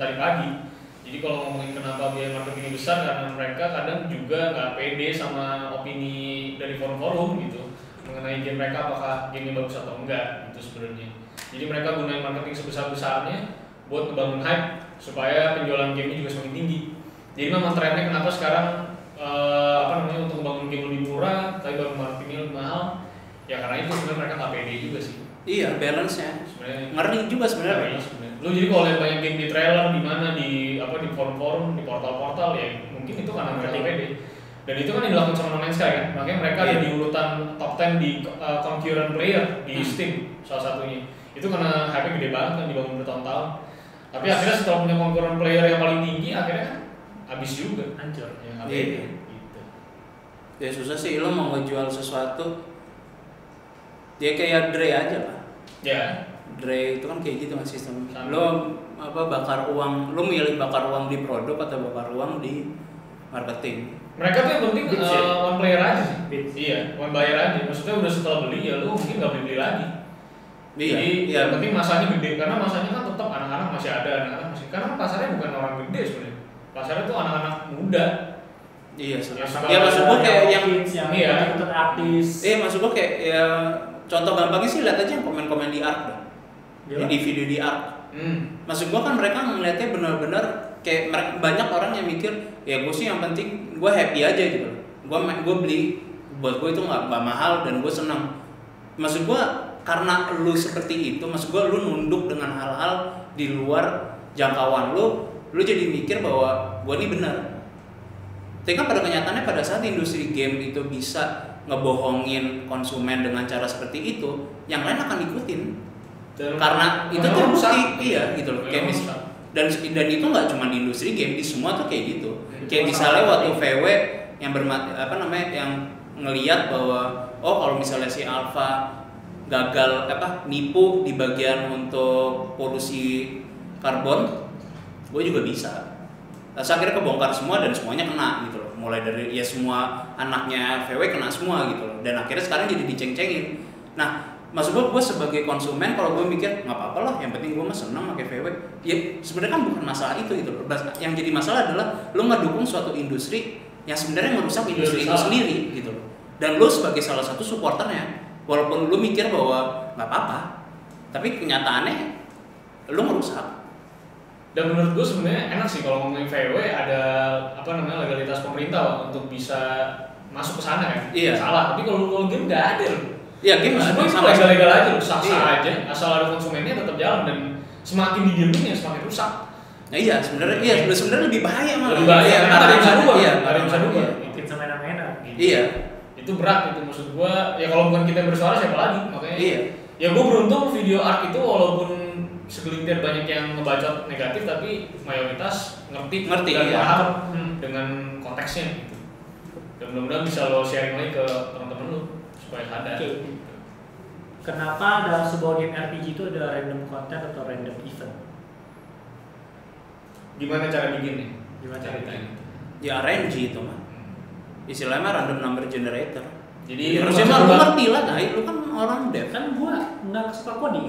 lagi jadi kalau ngomongin kenapa biaya marketingnya besar karena mereka kadang juga nggak pede sama opini dari forum-forum gitu mengenai game mereka apakah gamenya bagus atau enggak gitu sebenarnya jadi mereka gunain marketing sebesar-besarnya buat ngebangun hype supaya penjualan gamenya juga semakin tinggi jadi memang trennya kenapa sekarang eh, apa namanya untuk ngebangun game lebih murah tapi bangun marketingnya lebih mahal ya karena itu sebenarnya mereka nggak pede juga sih Iya, balance-nya. sebenarnya Ngeri juga Sebenarnya, sebenarnya. sebenarnya. Lu jadi kalau lihat banyak game di trailer di mana di apa di forum-forum, di portal-portal ya mungkin itu karena mereka Betul. pede. Dan itu kan yang dilakukan sama No Man's Sky kan. Makanya mereka ada Iya. di urutan top 10 di uh, concurrent player di Hmm. Steam salah satunya. Itu karena hype gede banget kan dibangun bertahun-tahun. Tapi akhirnya setelah punya concurrent player yang paling tinggi akhirnya kan habis juga. hancur Ya, nggak Iya. pede, gitu. Ya susah sih lo mau ngejual sesuatu. Dia kayak Dre aja lah. Ya, Dre itu kan kayak gitu kan sistem. Sama. Lo apa bakar uang, lo milih bakar uang di produk atau bakar uang di marketing. mereka tuh yang penting Bits, uh, ya? one player aja sih. Bits. Iya, one player aja. Maksudnya udah setelah beli ya lu mungkin nggak beli lagi. Jadi yang iya. penting masanya gede karena masanya kan tetap anak-anak masih ada anak-anak masih karena pasarnya bukan orang gede sebenarnya pasarnya tuh anak-anak muda Iya, Ya, susah. sama Ya, maksud gua kayak yang hits, yang Iya. yang ikut artis Eh maksud gua kayak ya contoh gampangnya sih lihat aja yang komen-komen di art dong. Gila. Yang di video di art. hmm. Maksud gua kan mereka ngeliatnya benar-benar kayak mere- banyak orang yang mikir ya gua sih yang penting gua happy aja gitu. loh. Gua ma- gua beli buat gua itu nggak nggak mahal dan gua senang. Maksud gua karena lu seperti itu, maksud gua lu nunduk dengan hal-hal di luar jangkauan lu, lu jadi mikir bahwa gua ini benar. Tapi kan pada kenyataannya pada saat industri game itu bisa ngebohongin konsumen dengan cara seperti itu, yang lain akan ikutin Dan- karena itu Memang rusak. terbukti iya gitu loh Memang kayak mis- rusak. dan dan itu nggak cuma di industri game di semua tuh kayak gitu Hmm. kayak misalnya waktu VW yang bermat apa namanya yang ngeliat bahwa oh kalau misalnya si Alpha gagal apa nipu di bagian untuk polusi karbon gue juga bisa Terus akhirnya kebongkar semua dan semuanya kena gitu loh mulai dari ya semua anaknya VW kena semua gitu loh dan akhirnya sekarang jadi diceng-cengin nah maksud gue gue sebagai konsumen kalau gue mikir nggak apa-apa lah yang penting gue mah seneng pakai VW ya sebenarnya kan bukan masalah itu gitu loh Bas- yang jadi masalah adalah lo dukung suatu industri yang sebenarnya merusak Iya, industri itu salah. sendiri gitu loh dan lo sebagai salah satu supporternya walaupun lo mikir bahwa nggak apa-apa tapi kenyataannya lo merusak dan menurut gue sebenarnya enak sih kalau ngomongin VW ada apa namanya legalitas pemerintah lah untuk bisa masuk ke sana kan Iya. salah tapi kalau lu kalau game nggak ada loh ya game Semua itu sama legal-legal aja loh sah sah Iya. aja asal ada konsumennya tetap jalan dan semakin didiemin ya semakin rusak Nah, iya, sebenarnya iya, sebenarnya- sebenarnya lebih bahaya malah. Lebih bahaya, Iya, karena ada yang bisa karena- rubah, Iya, ada yang bisa karena- rubah. bikin semena-mena Gitu. Iya. itu berat itu maksud gua ya kalau bukan kita yang bersuara siapa lagi makanya Iya. ya gua beruntung video art itu walaupun segelintir banyak yang ngebacot negatif tapi mayoritas ngerti Ngerti, dan iya. paham Hmm. dengan konteksnya gitu dan mudah-mudahan bisa lo sharing lagi ke teman-teman lo supaya sadar Oke. gitu. Kenapa dalam sebuah game RPG itu ada random content atau random event? gimana cara bikinnya Gimana cara Ceritain. Hmm. Ya RNG itu mah. Istilahnya mah random number generator. jadi Ya, lu harusnya nggak mah lu berubah. ngerti lah, Dai. Lu kan orang dev. Kan gua nggak suka coding.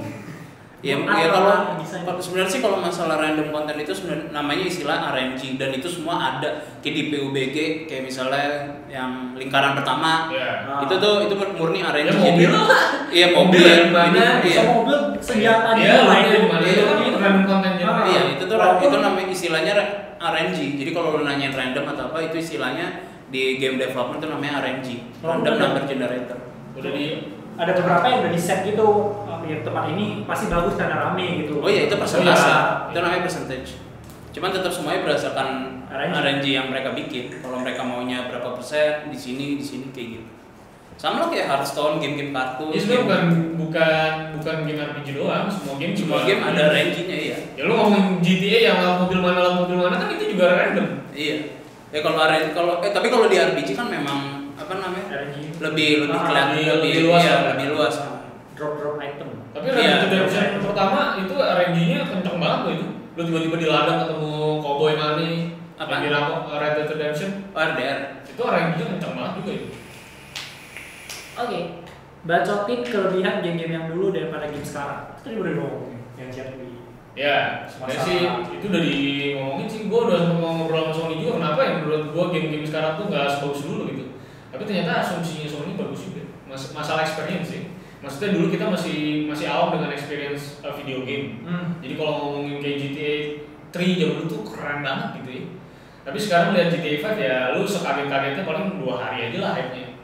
Ya, Gua ya nggak kalau tahu bisa kalau- sebenarnya sih kalau masalah random content itu sebenarnya namanya istilah RNG dan itu semua ada kayak di PUBG kayak misalnya yang lingkaran pertama ya Ah. itu tuh itu murni RNG ya mobil Jadi- lah iya Mobil mobil, yang mana, Jadi- iya. Bisa mobil senjata Iya, juga iya, itu. gimana? Itu Itu kan gitu. random content juga. Ah. Iya, Iya, itu tuh Walaupun- itu namanya istilahnya ra- RNG. Jadi kalau lu nanyain random atau apa itu istilahnya di game development itu namanya RNG, Walaupun random ada- number generator. udah di ada beberapa yang udah di set gitu ah, ya tempat ini pasti bagus karena rame gitu Oh iya, itu persentase. Iya. Itu namanya percentage. Cuman tetap semuanya berdasarkan RNG. RNG, yang mereka bikin. Kalau mereka maunya berapa persen di sini, di sini kayak gitu. Sama lah kayak Hearthstone, game-game kartun. ya sebenarnya bukan bukan bukan game RPG doang semua game juga semua game ada RNG-nya iya. ya lu ngomong GTA yang lawan mobil mana lawan mobil mana kan itu juga random Iya. Ya kalau RNG kalau eh tapi kalau di RPG kan memang apa namanya? RNG lebih lebih Ah, kelihatan lebih- lebih luas iya, lah. lebih luas drop drop ah, item tapi Iya. random Redemption pertama itu RNG nya kenceng banget loh itu lu tiba-tiba di ladang ketemu cowboy mana Apa? apa di rampok eh, Red Dead Redemption RDR itu RNG nya kenceng banget juga itu oke bacotin kelebihan game-game yang dulu daripada game sekarang tadi udah ngomong yang chat di Ya, sebenarnya Masalah. sih itu udah diomongin sih. Gue udah sempet mau ngobrol sama Sony juga kenapa yang menurut gue game-game sekarang tuh nggak sebagus dulu gitu. Tapi ternyata asumsinya Sony bagus juga. Mas- masalah experience sih. Maksudnya dulu kita masih masih awam dengan experience uh, video game. Hmm. Jadi kalau ngomongin kayak GTA 3 zaman dulu tuh keren banget gitu ya. Tapi sekarang lihat GTA 5 ya lu sekaget-kagetnya paling dua hari aja lah hype-nya.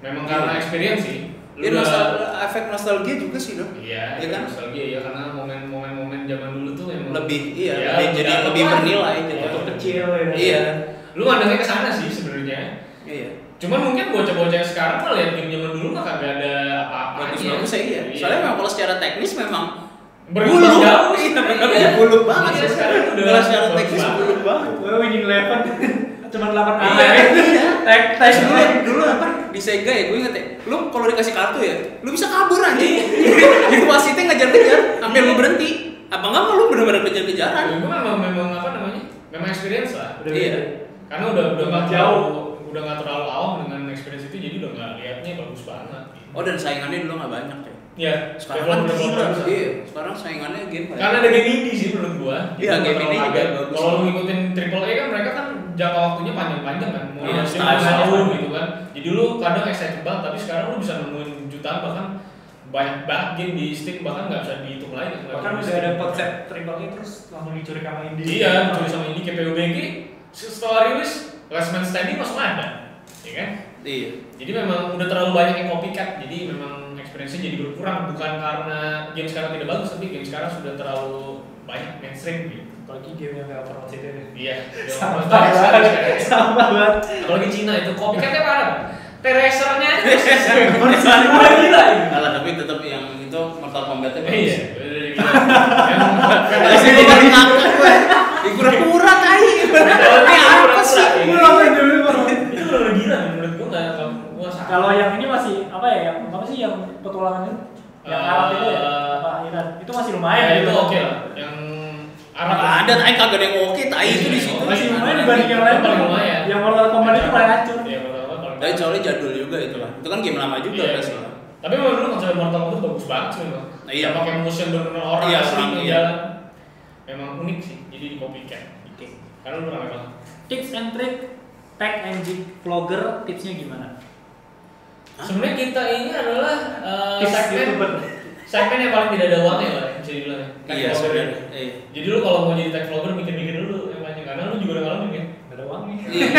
Memang karena Iya. experience sih. Lu Ini udah- nostal- efek nostalgia juga sih dong. Iya, Iya ya kan? nostalgia ya karena momen-momen-momen zaman dulu tuh emang Lebih iya, Iya, lebih, lebih jadi dalam lebih lah. bernilai gitu. Iya. Foto kecil ya. Iya. lu mandangnya ke sana sih sebenarnya. Iya. Cuman mungkin bocah-bocah yang sekarang mah lihat game zaman dulu mah kagak ada apa-apa. Bagus-bagus ya iya. Soalnya memang kalau secara teknis memang berbulu buluk. jauh sih. Iya, benar ya buluk banget. Iya, sekarang udah Kalau secara bagus teknis banget. buluk banget. Gue winning eleven cuma 8 A. Iya, iya. Tag tag Terus dulu dulu. dulu apa di Sega ya gue inget ya. Lu kalau dikasih kartu ya, lu bisa kabur Iya. anjing. Jadi wasitnya ngejar-ngejar sampai lu berhenti. Apa enggak lu benar-benar kejar-kejaran? Ya, gua memang memang apa namanya? Memang experience lah. Udah Iya. gitu. Karena udah udah nggak Jauh. terlalu- udah nggak terlalu awam dengan experience itu jadi udah nggak liatnya bagus banget. gitu. Oh dan saingannya dulu nggak banyak ya. Iya, Sekarang kan developer- gila. developer besar. Iya, sekarang saingannya game kayak- Karena ada game indie sih menurut gua. Iya, Itu game nggak indie terlalu juga agak. bagus. Kalau lu ngikutin triple A kan mereka kan jangka waktunya panjang-panjang kan. Mau Iya, yeah, setahun. tahun gitu kan. Jadi lu kadang excited banget tapi sekarang lu bisa nemuin jutaan bahkan banyak banget game di Steam bahkan nggak bisa dihitung lagi. nggak Bahkan bisa Kan udah ada dihitung. konsep triple A terus langsung dicuri sama Indi. Iya, mencuri sama indie KPUBG setelah rilis last man standing langsung ada. Ya kan? Iya. Jadi memang udah terlalu banyak yang copycat, jadi memang experience-nya jadi berkurang bukan karena game sekarang tidak bagus, tapi game sekarang sudah terlalu banyak mainstream gitu. Apalagi game yang gak pernah sih deh. Iya, Sama memang banget. sekarang- sekarang- Sama banget. Apalagi Cina itu copycatnya parah. Terrasernya aja persis. Perasaan gue gila ini. Alah tapi tetap yang itu Mortal Kombat-nya Iya, bagus. udah dibilang. Memang Kalau sih gue baru ngakak gue. Dikura-kura tai. Ini apa sih? Gue ngapain dulu Bang? Itu udah gila menurut gua nggak nggak- gua salah. Kalau yang ini masih apa ya? Yang apa sih yang petualangan itu? Yang Eh, Arab itu ya? Apa Iran? Itu masih lumayan. Ya, itu gitu. oke lah. Yang Arab Iya. Apa ada tai kagak ada yang oke tai itu di situ. Masih lumayan dibanding yang lain. Paling lumayan. Yang Mortal Kombat itu paling hancur. Iya, pertama paling- Tapi soalnya jadul juga itu lah. Itu kan game lama juga Iya. pasti. Tapi memang dulu konsep Mortal Kombat bagus banget sih memang. Nah, iya. Yang pakai motion bener-bener orang Iya, asli orang, yang iya. jalan. Memang unik sih. Jadi di copycat. Karena lu pernah memang. Tips and trick tag and jig vlogger tipsnya gimana? Hah? Sebenarnya kita ini adalah eh, Tips segmen YouTuber. segmen yang paling tidak ada uangnya lah bisa dibilang. ya. Tech Iya vlogger. sebenarnya. Iya. Jadi lu kalau mau jadi tech vlogger mikir-mikir dulu yang banyak karena lu juga udah ngalamin ya. Gak ada uang nih. Iya.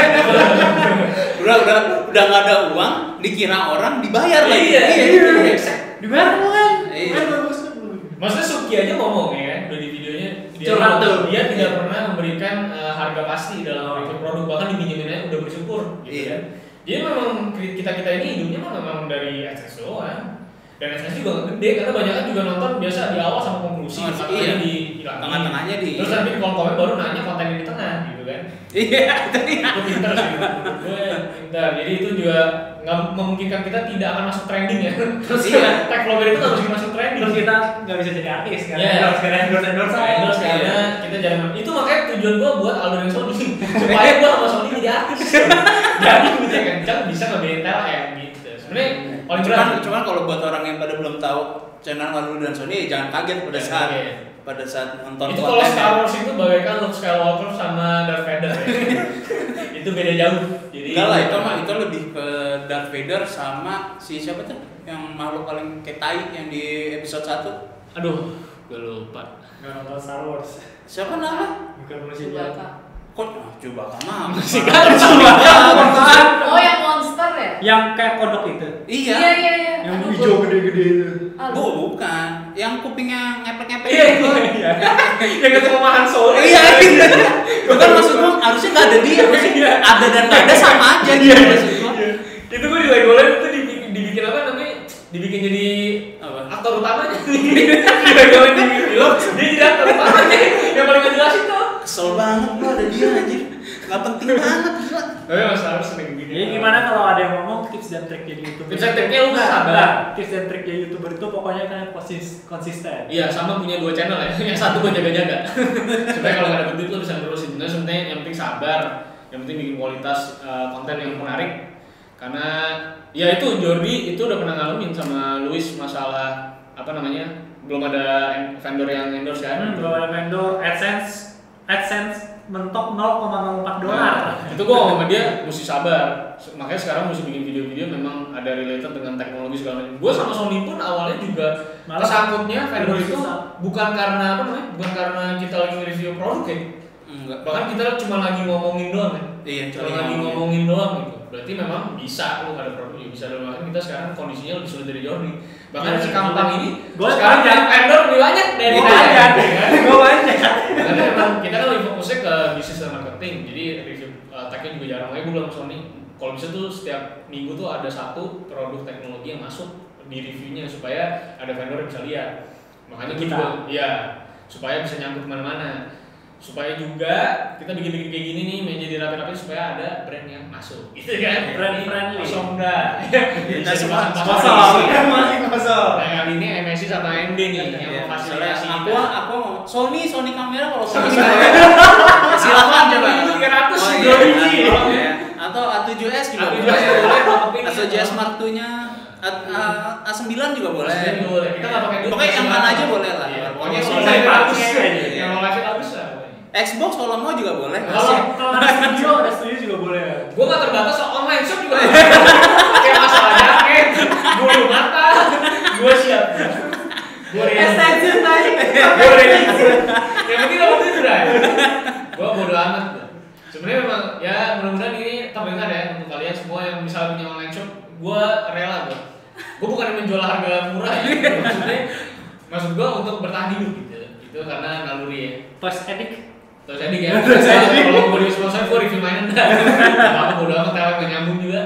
udah udah udah nggak ada uang dikira orang dibayar lagi Iya, gitu. iya. Di mana kan? Iya. Kan bagus tuh. Maksudnya Suki aja ngomong ya kan, udah di videonya dia, Curhat tuh. dia tidak pernah memberikan eh, harga pasti dalam review produk bahkan dipinjemin aja udah bersyukur gitu Iya. kan. Jadi memang kita kita ini hidupnya mah memang dari AdSense doang dan AdSense juga nggak gede karena banyak kan juga nonton biasa di awal sama konklusi Oh, makanya iya. di Tengah-tengahnya di- terus nanti di kolom komen baru nanya konten yang di tengah gitu kan Iya, itu dia. itu pinter sih menurut gue pinter jadi itu juga nggak memungkinkan kita tidak akan masuk trending ya terus Iya. tag vlogger itu nggak mungkin masuk trending Kan Terus kita nggak bisa jadi artis kan? Iya. Harus kena endorse endorse Terus karena kita jangan itu makanya tujuan gua buat Aldo dan Sony supaya gua sama Sony jadi artis. Jadi udah kencang bisa ngebedain TLM gitu. Sebenarnya paling berat. Cuman, cuman kalau buat orang yang pada belum tahu channel Marvel dan Sony jangan kaget pada Jangan saat kaget. pada saat nonton itu kalau konten. Star Wars itu bagaikan Luke Skywalker sama Darth Vader. ya. itu beda jauh. Jadi Enggak lah, itu mah itu lebih ke Darth Vader sama si siapa tuh yang makhluk paling kayak tai yang di episode 1 Aduh, gue lupa. Gak nonton Star Wars. siapa nama? Bukan Iya, manusia jahat. Chewbacca. Kok ah, coba sama Masih kan? Iya, Apaan? Oh yang monster ya? Yang kayak kodok itu. Iya. iya iya. iya. Yang Aduh, hijau gua- gede-gede itu. Ah, Bu, bukan. Yang kupingnya ngepek-ngepek. Iya, itu. iya, iya. Yang ketemu mahan sore. Iya, iya. Bukan maksud gua harusnya nggak ada dia, Iya. maksudnya ada dan nggak ada sama aja gitu maksud gua. Itu gua di Legoland itu dibikin, dibikin apa namanya? Dibikin jadi Apa? aktor utamanya. di Legoland di film, dia jadi aktor utamanya. Yang paling nggak jelas itu. Kesel banget gua ada dia anjir. Gak penting banget gila. Tapi Mas Harus sering kan? gini. Jadi Iya, gimana kalau ada yang ngomong tips dan trik jadi youtuber? Tips and triknya lu Nggak, sabar. nggak. Tips dan trik jadi youtuber itu pokoknya kan konsis konsisten. Iya, sama punya dua channel ya. Yang satu buat jaga-jaga. Supaya kalau nggak ada duit lo bisa ngurusin. Nah, sebenarnya yang penting sabar. Yang penting bikin kualitas eh, konten yang menarik. Karena ya itu Jordi itu udah pernah ngalamin sama Luis masalah apa namanya? belum ada en- vendor yang endorse kan Hmm, belum ada vendor AdSense AdSense mentok 0,04 dolar. Nah, itu gua sama dia mesti sabar Se- makanya sekarang mesti bikin video-video memang ada related dengan teknologi segala macam gua sama Sony pun awalnya juga Malah kesangkutnya vendor lebih itu susah. bukan karena apa namanya bukan karena kita lagi nge-review produk ya Enggak. bahkan kita cuma lagi ngomongin doang kan Iya, cuma lagi ngomongin doang gitu berarti memang bisa lu ada produk juga bisa dalam artian kita sekarang kondisinya lebih sulit dari Jordi bahkan Iya, si Kampang iya. ini Gua sekarang tanya. yang vendor lebih banyak dari Gua saya, banyak. ya kan? gitu Gua banyak. Karena memang kita kan lebih fokusnya ke bisnis dan marketing, jadi review uh, tagnya juga jarang. Makanya gue bilang ke Sony, kalau bisa tuh setiap minggu tuh ada satu produk teknologi yang masuk di reviewnya supaya ada vendor yang bisa lihat. Makanya Kita. kita, ya supaya bisa nyangkut kemana-mana. Supaya juga kita bikin-bikin kayak gini nih, jadi rapi-rapi supaya ada brand yang masuk. Gitu kan? Brand Ini friendly. Kosong dah. Kita semua Kosong. Iya. Kan masih kosong. Nah kali ini MSI sama MD Iya, nih yang memfasilitasi. Aku kita. aku Sony Sony kamera kalau Sony Sony kamera. kamera. silakan coba. Itu 300, Oh, dua iya. biji. Atau- iya. Atau A7S juga A7S boleh. boleh, tapi ini A7S apa? Mark II-nya A- A- A9 juga boleh. Boleh. boleh. Kita nggak pakai duit. Pokoknya yang mana aja boleh lah. Iya, Pokoknya Pokoknya Sony. Sony bagus bagus ya. aja. Yang mau live bagus lah. Xbox kalau mau juga boleh. Kalau- Masih. Kalau ada studio, ada studio juga boleh. Gue nggak terbatas soal online shop juga. Iya. Kayak masalah jaket, bulu mata, gue siap. Gue ready. naik. Gue ready. Yang penting dapat itu dah. Gue bodo amat. Sebenarnya memang ya mudah-mudahan ini terdengar ya untuk kalian semua yang misalnya punya online shop, gue rela gue. Gue bukan menjual harga murah ya. Maksudnya, maksud gue untuk bertahan hidup gitu. Itu karena naluri ya. First edit. Terus Edi kayak Terus Edi. kalau gue di sponsor gue review mainan dah. Gak Apa bodo amat kalau nggak nyambung juga.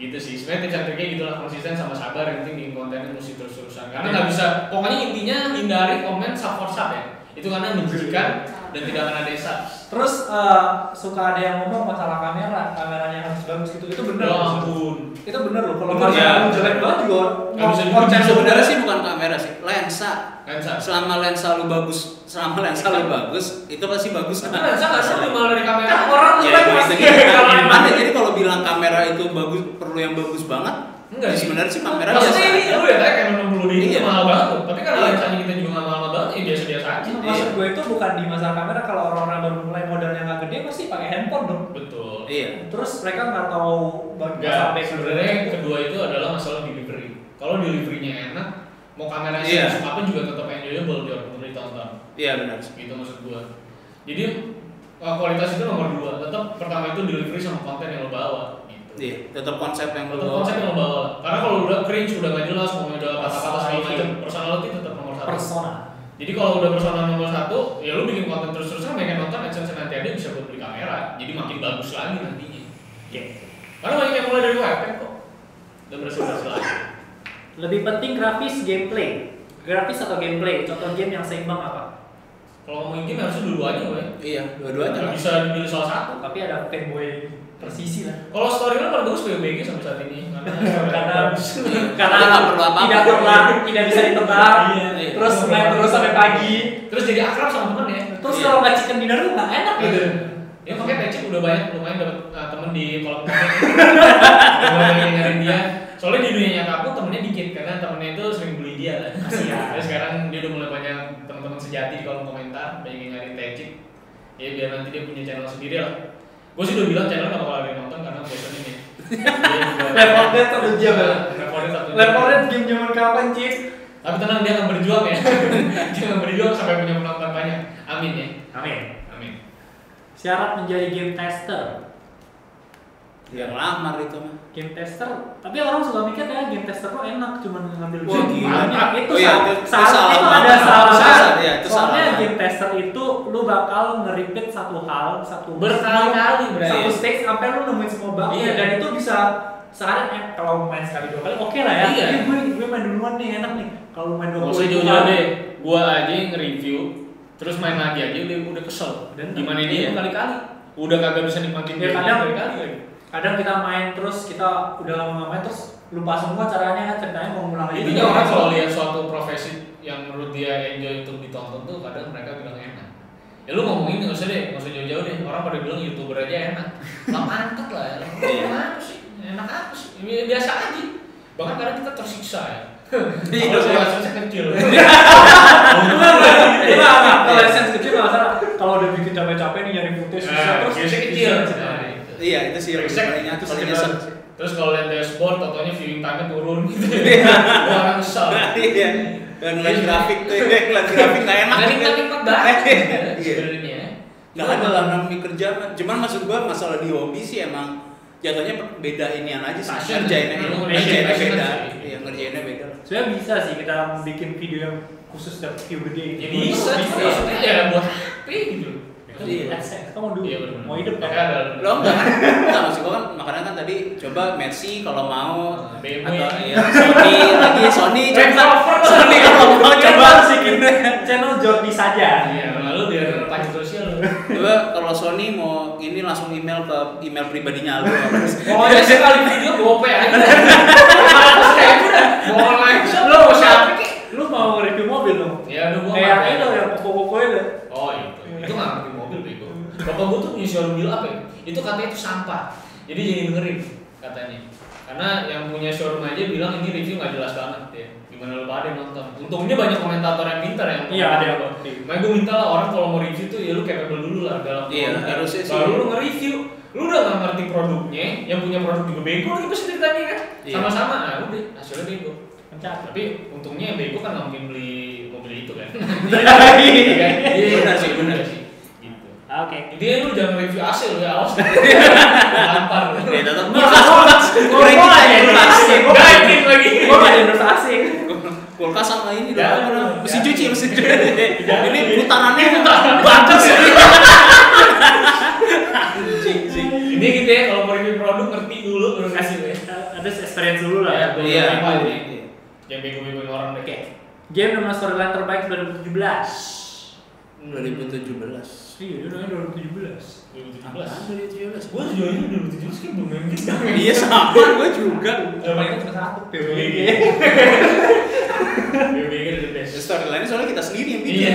Gitu sih. Sebenarnya tips and triknya gitu lah konsisten sama sabar yang penting bikin kontennya mesti terus-terusan. Karena nggak bisa. Pokoknya intinya hindari komen sub for sub ya. Itu karena menjijikan dan tidak akan ada subs. Terus eh, suka ada yang ngomong masalah kamera, kameranya harus bagus gitu. Itu bener. Ya loh. ampun. Itu bener loh. Kalau Bener, kamera ya. lu jelek banget juga. Nggak bisa orang- dibenci. orang- Sebenarnya sih bukan kamera sih, lensa. Kan subs. Selama lensa lu bagus, selama lensa lu bagus, itu pasti bagus. Karena saya nggak seru malah dari kamera. Iya, Kan orang Ya, jelek itu pasti. gitu. Kalau Nah, emang- Makanya jadi kalau bilang kamera itu bagus, perlu yang bagus banget. Enggak ya sih. Sebenarnya sih kamera biasa. Maksudnya ini lu ya kayak kayak 60 di Iya. itu mahal banget tuh. Tapi karena Iya. lensanya kita juga nggak mahal banget ya biasa-biasa aja. Iya. Maksud gue itu bukan di masalah kamera kalau orang-orang baru mulai modalnya nggak gede pasti pakai handphone dong. Betul. Iya. Terus mereka nggak tahu Enggak, sebenarnya kedua itu adalah masalah delivery. Kalau deliverynya enak, mau kamera Iya. yeah. apapun juga tetap enjoyable di untuk ditonton. Iya benar. Gitu maksud gua. Jadi eh, kualitas itu nomor dua. Tetap pertama itu delivery sama konten yang lo bawa. Gitu. Iya, tetap konsep yang Tetap lu konsep yang lo bawa. Karena kalau udah cringe, udah gak jelas, mau udah kata-kata segala macam, Iya. personality tetap nomor satu. persona. Jadi kalau udah personal nomor satu, ya lu bikin konten terus-terusan, mereka nonton, adsense nanti ada bisa buat beli kamera. Jadi makin bagus lagi nantinya. Iya. Karena banyak yang mulai dari webcam kok. Dan berhasil-berhasil aja. Lebih penting grafis gameplay. Grafis atau gameplay? Contoh game yang seimbang apa? Kalau ngomongin game harusnya dua-duanya gue. Iya, dua-duanya Gak lah. bisa dipilih salah satu. Tapi ada fanboy persisi lah. Kalau story lo paling bagus BBG sampai saat ini karena Karena- Karena Nggak perlu apa-apa. tidak berlaku, tidak bisa ditebak. Iya, iya. Terus main terus sampai pagi. terus jadi akrab sama temen ya. Terus Iya. kalau nggak chicken dinner tuh nggak enak gitu. Ya makanya Tecik udah banyak lumayan dapet uh, temen di kolom komen. Udah banyak yang nyariin dia. Soalnya di dunia nyata aku temennya dikit karena temennya itu sering bully dia lah. Kasihan. Tapi sekarang dia udah mulai banyak teman-teman sejati di kolom komentar, banyak yang nyariin Tecik. Ya biar nanti dia punya channel sendiri lah. Gue sih udah bilang channel gak bakal ada yang nonton karena bosenin ya. Dia juga- Left 4 Dead satu jam ya? Left 4 Dead satu jam. Leporin game zaman kapan Cip? Tapi tenang dia akan berjuang ya. dia akan berjuang sampai punya penonton banyak. Amin ya. Amin. Amin. Syarat menjadi game tester. Yang lamar itu mah. Game tester, tapi orang suka mikir ya game tester kok enak cuman ngambil Wah, game. gila. Mantap. Itu Oh, iya, salah, itu- itu salah, salah itu banget. ada salah. Salah, iya, itu Soalnya salah. game tester itu lu bakal nge-repeat satu hal, satu Berkali-kali Satu stage sampai lu nemuin semua bug Iya. dan itu bisa sehari eh, kalau main sekali dua kali oke lah ya. Iya. Ini gue gue main duluan nih enak nih. Kalau lu main dua Gak usah kali. jauh-jauh kan deh, gua aja yang nge-review Terus main lagi aja udah, udah kesel Dan- Gimana iya. ini kali-kali Udah kagak bisa nikmatin Ya, game kadang- kali-kali iya. lagi Kadang kita main terus kita udah lama nggak main terus lupa semua kan, caranya ceritanya mau ngulang lagi. Itu dia orang kalau lihat suatu profesi yang menurut dia enjoy untuk ditonton tuh kadang mereka bilang enak Ya lu ngomongin gak usah deh, gak usah jauh-jauh deh Orang pada bilang youtuber aja enak Lah mantep lah, ya. Iya. enak apa sih? Enak apa sih? Bi- Biasa aja Bahkan kadang kita tersiksa ya Kalau saya kasusnya kecil. Enggak, enggak, enggak, enggak. Kalau license kecil nggak masalah. Kalau udah bikin capek-capek nih nyari footage susah Nah, terus. gitu. biasanya kecil. desain. Nah, Iya, itu sih Brengsek. paling Terus paling kita- nyesek. Terus kalau lihat dashboard, totalnya viewing time-nya turun gitu. Orang kesal. Iya. Dan ngeliat grafik tuh, ya, ngeliat grafik nggak enak. gitu. Nggak nikmat-nikmat banget Iya. sebenarnya. Nggak ada lah namanya kerja, Mas. cuman maksud gua masalah di hobi sih emang jatuhnya beda inian aja sih. Passion. Ngerjainnya, Passion. ngerjainnya Passion beda. sih. Iya, ngerjainnya beda. lah. Sebenarnya bisa sih kita bikin video yang khusus dan view gede. Ya bisa, bisa, bisa. cuma maksudnya ya buat HP gitu. Iya. Kita mau dulu, Iya, benar. mau hidup Ya kan? kan, Lo enggak kan? Enggak maksud gua kan makanya kan tadi coba Messi kalau mau BMW. atau ya, Sony lagi Sony coba Range Rover. Sony kalau mau coba Coba sih channel Jordi saja. Iya, lalu biar pakai sosial. coba kalau Sony mau ini langsung email ke email pribadinya lo. Oh, ya sekali video gope aja. gitu Mau online shop, Lo mau mau siapa siapa? kek? Lu mau review mobil dong? Ya udah gua Kayak pakai. ini loh yang pokok-pokoknya deh. Oh itu, itu nggak ngerti mobil bego. Bapak gua tuh punya showroom deal apa ya? Itu katanya itu sampah. Jadi jadi dengerin katanya. Karena yang punya showroom aja bilang ini review nggak jelas banget ya. Gimana lu pada yang nonton? Untungnya banyak komentator yang pintar ya. Iya, ada yang ngerti. Makanya gua minta lah orang kalau mau review tuh ya lu capable dulu lah dalam Iya, produk. harusnya sih. Baru lu nge-review, lu udah nggak ngerti produknya, yang punya produk juga bego lagi pasti ceritanya kan. Iya. Sama-sama, nah udah hasilnya bego. Pencet. Tapi untungnya yang bego kan nggak mungkin beli mobil itu kan. Oke. Iya, Iya, benar sih, sih, benar. benar sih. Gitu. Intinya lu jangan review AC lu ya, awas. Lampar. Ya tetap kulkas kulkas kulkas ya, kulkas Gaikin lagi. Gua gak ada endorse asing. kulkas sama ini dong, Ya, apa ya. namanya? mesin cuci mesin cuci Ya, ini ya. putarannya bagus Ini gitu ya, kalau mau review produk ngerti dulu baru kasih ya. Ada experience dulu lah. Ya, ya. betul. Iya. Apa ini? Jangan bego-begoin orang deh. Oke. Game dengan storyline terbaik 2017. hmm, 2017 Iya, dia namanya 2017. 2017. 2017 Gue sejauh ini 2017 kan belum main game. iya sama gue juga Coba Jawabannya cuma satu, PWG. PWG. BBG the best. storyline Ya, soalnya kita sendiri yang bikin Iya.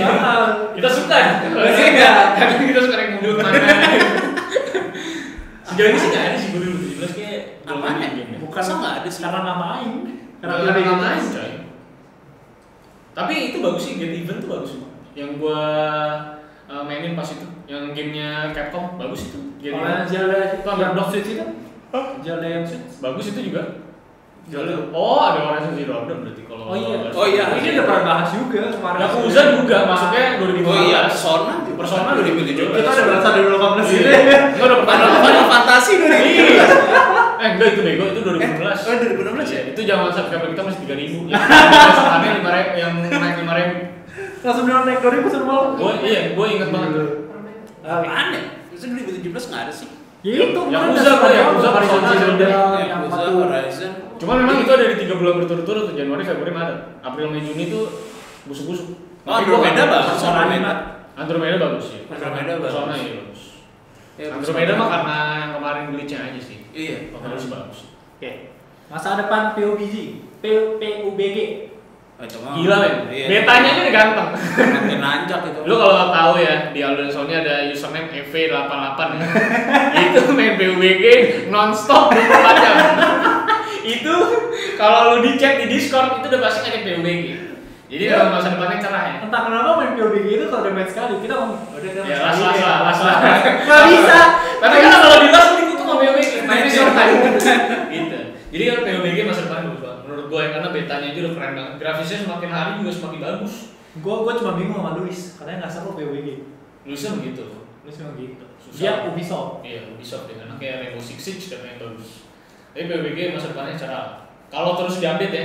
Kita suka. ya? Iya. Tapi kita suka yang mundur mana. Sejauh ini sih nggak ada sih gue 2017 kayak belum Apaan main ya? game. ya. Bukan Masa nggak ada sih? Karena nama Aing. Karena Karena nggak nama main coy. Tapi itu bagus sih, Get Event tuh bagus sih. Yang gua uh, mainin pas itu, yang gamenya Capcom bagus itu. Get Iya, Kalau Event. Zelda Itu itu ambil yang blok Block Switch itu? Zelda yang Switch? Bagus itu juga. Jauh. Oh, ada Horizon Zero Dawn berarti kalau Oh iya. Oh iya. Ini udah pernah bahas juga kemarin. Yakuza juga masuknya 2015. oh iya persona juga. Persona 2017. Kita udah berasa dari Iya. 2018 ini. Gua udah Final pernah Final Fantasy 2017 Iya. Eh enggak itu bego itu 2016. Eh, oh, 2016 ya? Itu zaman subscriber kita masih 3000. Ya. Masalahnya 5000 yang naik 5000. Langsung bilang naik 2000 seru banget. Gua iya, gua ingat banget. Ah, apaan ya? itu 2017 nggak ada sih Ya itu kemarin Yakuza, Pak, udah suka Yakuza, banget. Persona, Zelda Zelda, yang Yakuza, satu. Horizon Cuman memang itu ada di 3 bulan berturut-turut tuh Januari, Februari, Maret. April, Mei, Juni tuh busuk-busuk. oh Tapi gua Andromeda nggak- bagus Andromeda Andromeda bagus ya. Andromeda Eh, bagus. Persona iya bagus. Ya, Andromeda mah kan. karena yang kemarin glitch-nya aja sih. iya Pokoknya sih bagus. Oke. Masa depan PUBG. P- PUBG. Oh, itu mah- Gila men. Iya. Betanya aja udah ganteng. makin nanjak itu Lu kalau tahu ya di Alden Sony ada username EV88 itu main BWG nonstop 24 jam. itu kalau lu di chat di Discord itu udah pasti ngetik BWG. Jadi Iya. kalau masa depannya cerah ya. Entah kenapa main PUBG itu kalau udah main sekali kita ngomong "Oh, udah udah Ya main las sekali las deh." lah, las lah. Iya, Nggak bisa. Iya. Tapi kan kalau di las itu tuh nggak BWG, mainnya Nah, short time. gitu. Jadi kan BWG masa depan bagus banget. Menurut gua ya karena betanya aja udah keren banget. Grafisnya semakin hari juga semakin bagus. Gue gue cuma bingung sama Luis, katanya nggak seru PUBG. Lulusnya begitu. Luis memang gitu. Susah. Dia Ubisoft. Iya, bisa deh, karena kayak Rainbow Six Siege dan yang bagus. Tapi PBG masa depannya cerah. Kalau terus diupdate ya,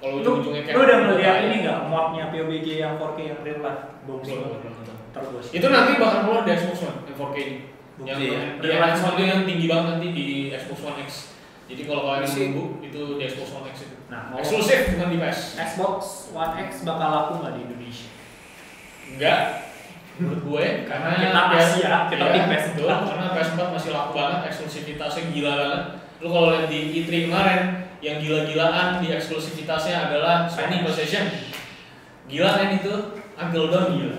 kalau Lu, ujung-ujungnya ya. lu udah ngeliat ini nggak modnya PUBG yang 4K yang real life? Bagus Belum, banget. belum, belum. Ntar gua share. Itu nanti bakal keluar di Xbox One yang 4K ini. Bukti Yang ya. yang Xbox One yang tinggi banget nanti di Xbox One X. Jadi kalau kalian Sih. nunggu itu di Xbox One X itu. Nah, mau- eksklusif bukan di PS. Xbox One X bakal laku nggak di Indonesia? Enggak. Menurut gue karena Kita Asia, kita Iya, tim PS4. betul. Karena PS4 masih laku banget, eksklusivitasnya gila banget. Lu kalau lihat di E3 kemarin, yang gila-gilaan di eksklusivitasnya adalah Sony PlayStation. Gila kan itu? Until Dawn gila.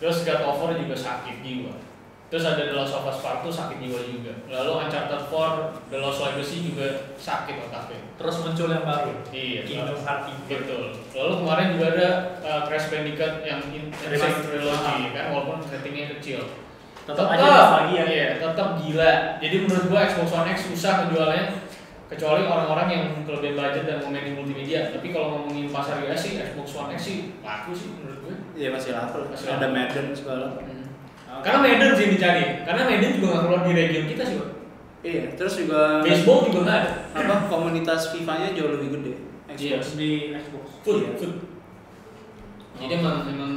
Terus God of War juga sakit jiwa. Terus ada The Last of Us Part 2 sakit jiwa juga. Lalu Uncharted 4, The Lost Legacy juga sakit otaknya. Terus muncul yang baru. Iya. Kingdom Hearts tiga. Betul. Lalu kemarin juga ada uh, Crash Bandicoot yang in- Insane Trilogy kan walaupun ratingnya kecil. Tetap aja ya. nostalgia. Iya, tetap gila. Jadi menurut gua Xbox One X susah kejualannya kecuali orang-orang yang kelebihan budget dan mau main di multimedia. Tapi kalau ngomongin pasar US sih Xbox One X sih laku sih menurut gue. Iya masih lapar. Masih Ada Madden segala. Karena Madden sih yang dicari. Karena Madden juga nggak keluar di region kita sih, Bang. Iya, terus juga Baseball juga nggak ada. apa komunitas FIFA-nya jauh lebih gede. Iya. Xbox. di Xbox. ya? Full, full. Iya. Jadi emang, emang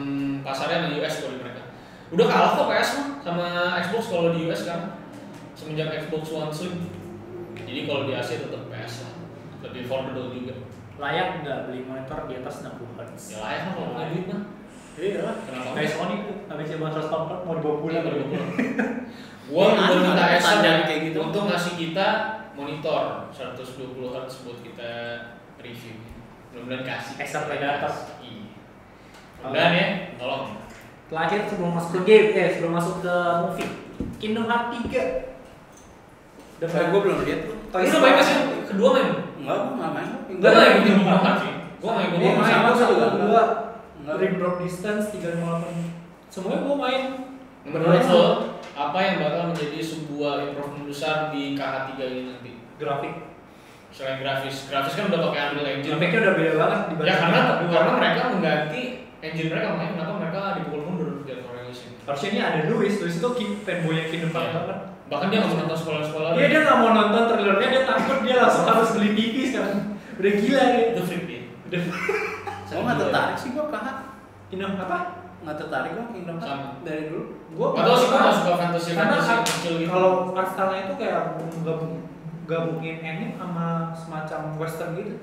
pasarnya emang US kalau di mereka. Udah kalah kok PS mah sama Xbox kalau di US kan semenjak Xbox One Slim. Jadi kalau di Asia tetap PS lah. Lebih affordable juga. Layak nggak beli monitor di atas 60 Hz? Ya layak lah kalau punya duit mah. Iya. Kenapa? Kayak Sony tuh, habis dia bahas 144 mau dibawa Pulang pulang. kalau pulang. iya. Gua Ini udah ada minta ada Acer tanda kayak gitu. untuk ngasih kita monitor 120 Hz buat kita review. Mudah-mudahan kasih. Acer Predator. Iya. Mudah-mudahan ya, tolong. Terakhir sebelum masuk ke game, eh sebelum masuk ke movie, Kingdom Hearts 3. Eh, Udah Tapi gue belum lihat tuh. Ini udah main nggak sih? Kedua main? Enggak, gue nggak main. Gue nggak ikutin Kingdom Hearts sih Gue nggak ikutin Gue Kingdom main sama, gue sama, satu sama. dua, Enggak. Ring Drop Distance 358. Semuanya gue main. Hearts. Menurut lo, apa yang bakal menjadi sebuah improvement besar di KH3 ini nanti? Grafik. Selain grafis, grafis kan udah pakai Unreal Engine Grafiknya udah beda banget Ya dibanding karena, kan yang kedua. karena mereka mengganti engine mereka makanya kenapa mereka dipukul mundur di Unreal Engine Harusnya ini ada Louis, Louis itu king fanboy yang Kingdom Iya. Hearts banget. Bahkan dia nggak mau nonton sekolah-sekolah Iya dia nggak mau nonton trailernya, dia takut dia langsung harus beli TV sekarang. Udah gila ya. Itu freak dia Udah Gue nggak tertarik sih gue kahat. Kingdom apa? Nggak tertarik gue Kingdom Sama. Hearts dari dulu. Gua Gak tau sih, gue nggak nggak suka fantasy-fantasy kan Karena kan kecil gitu kalau art style-nya itu kayak gabung gabungin anime sama semacam western gitu. Iya.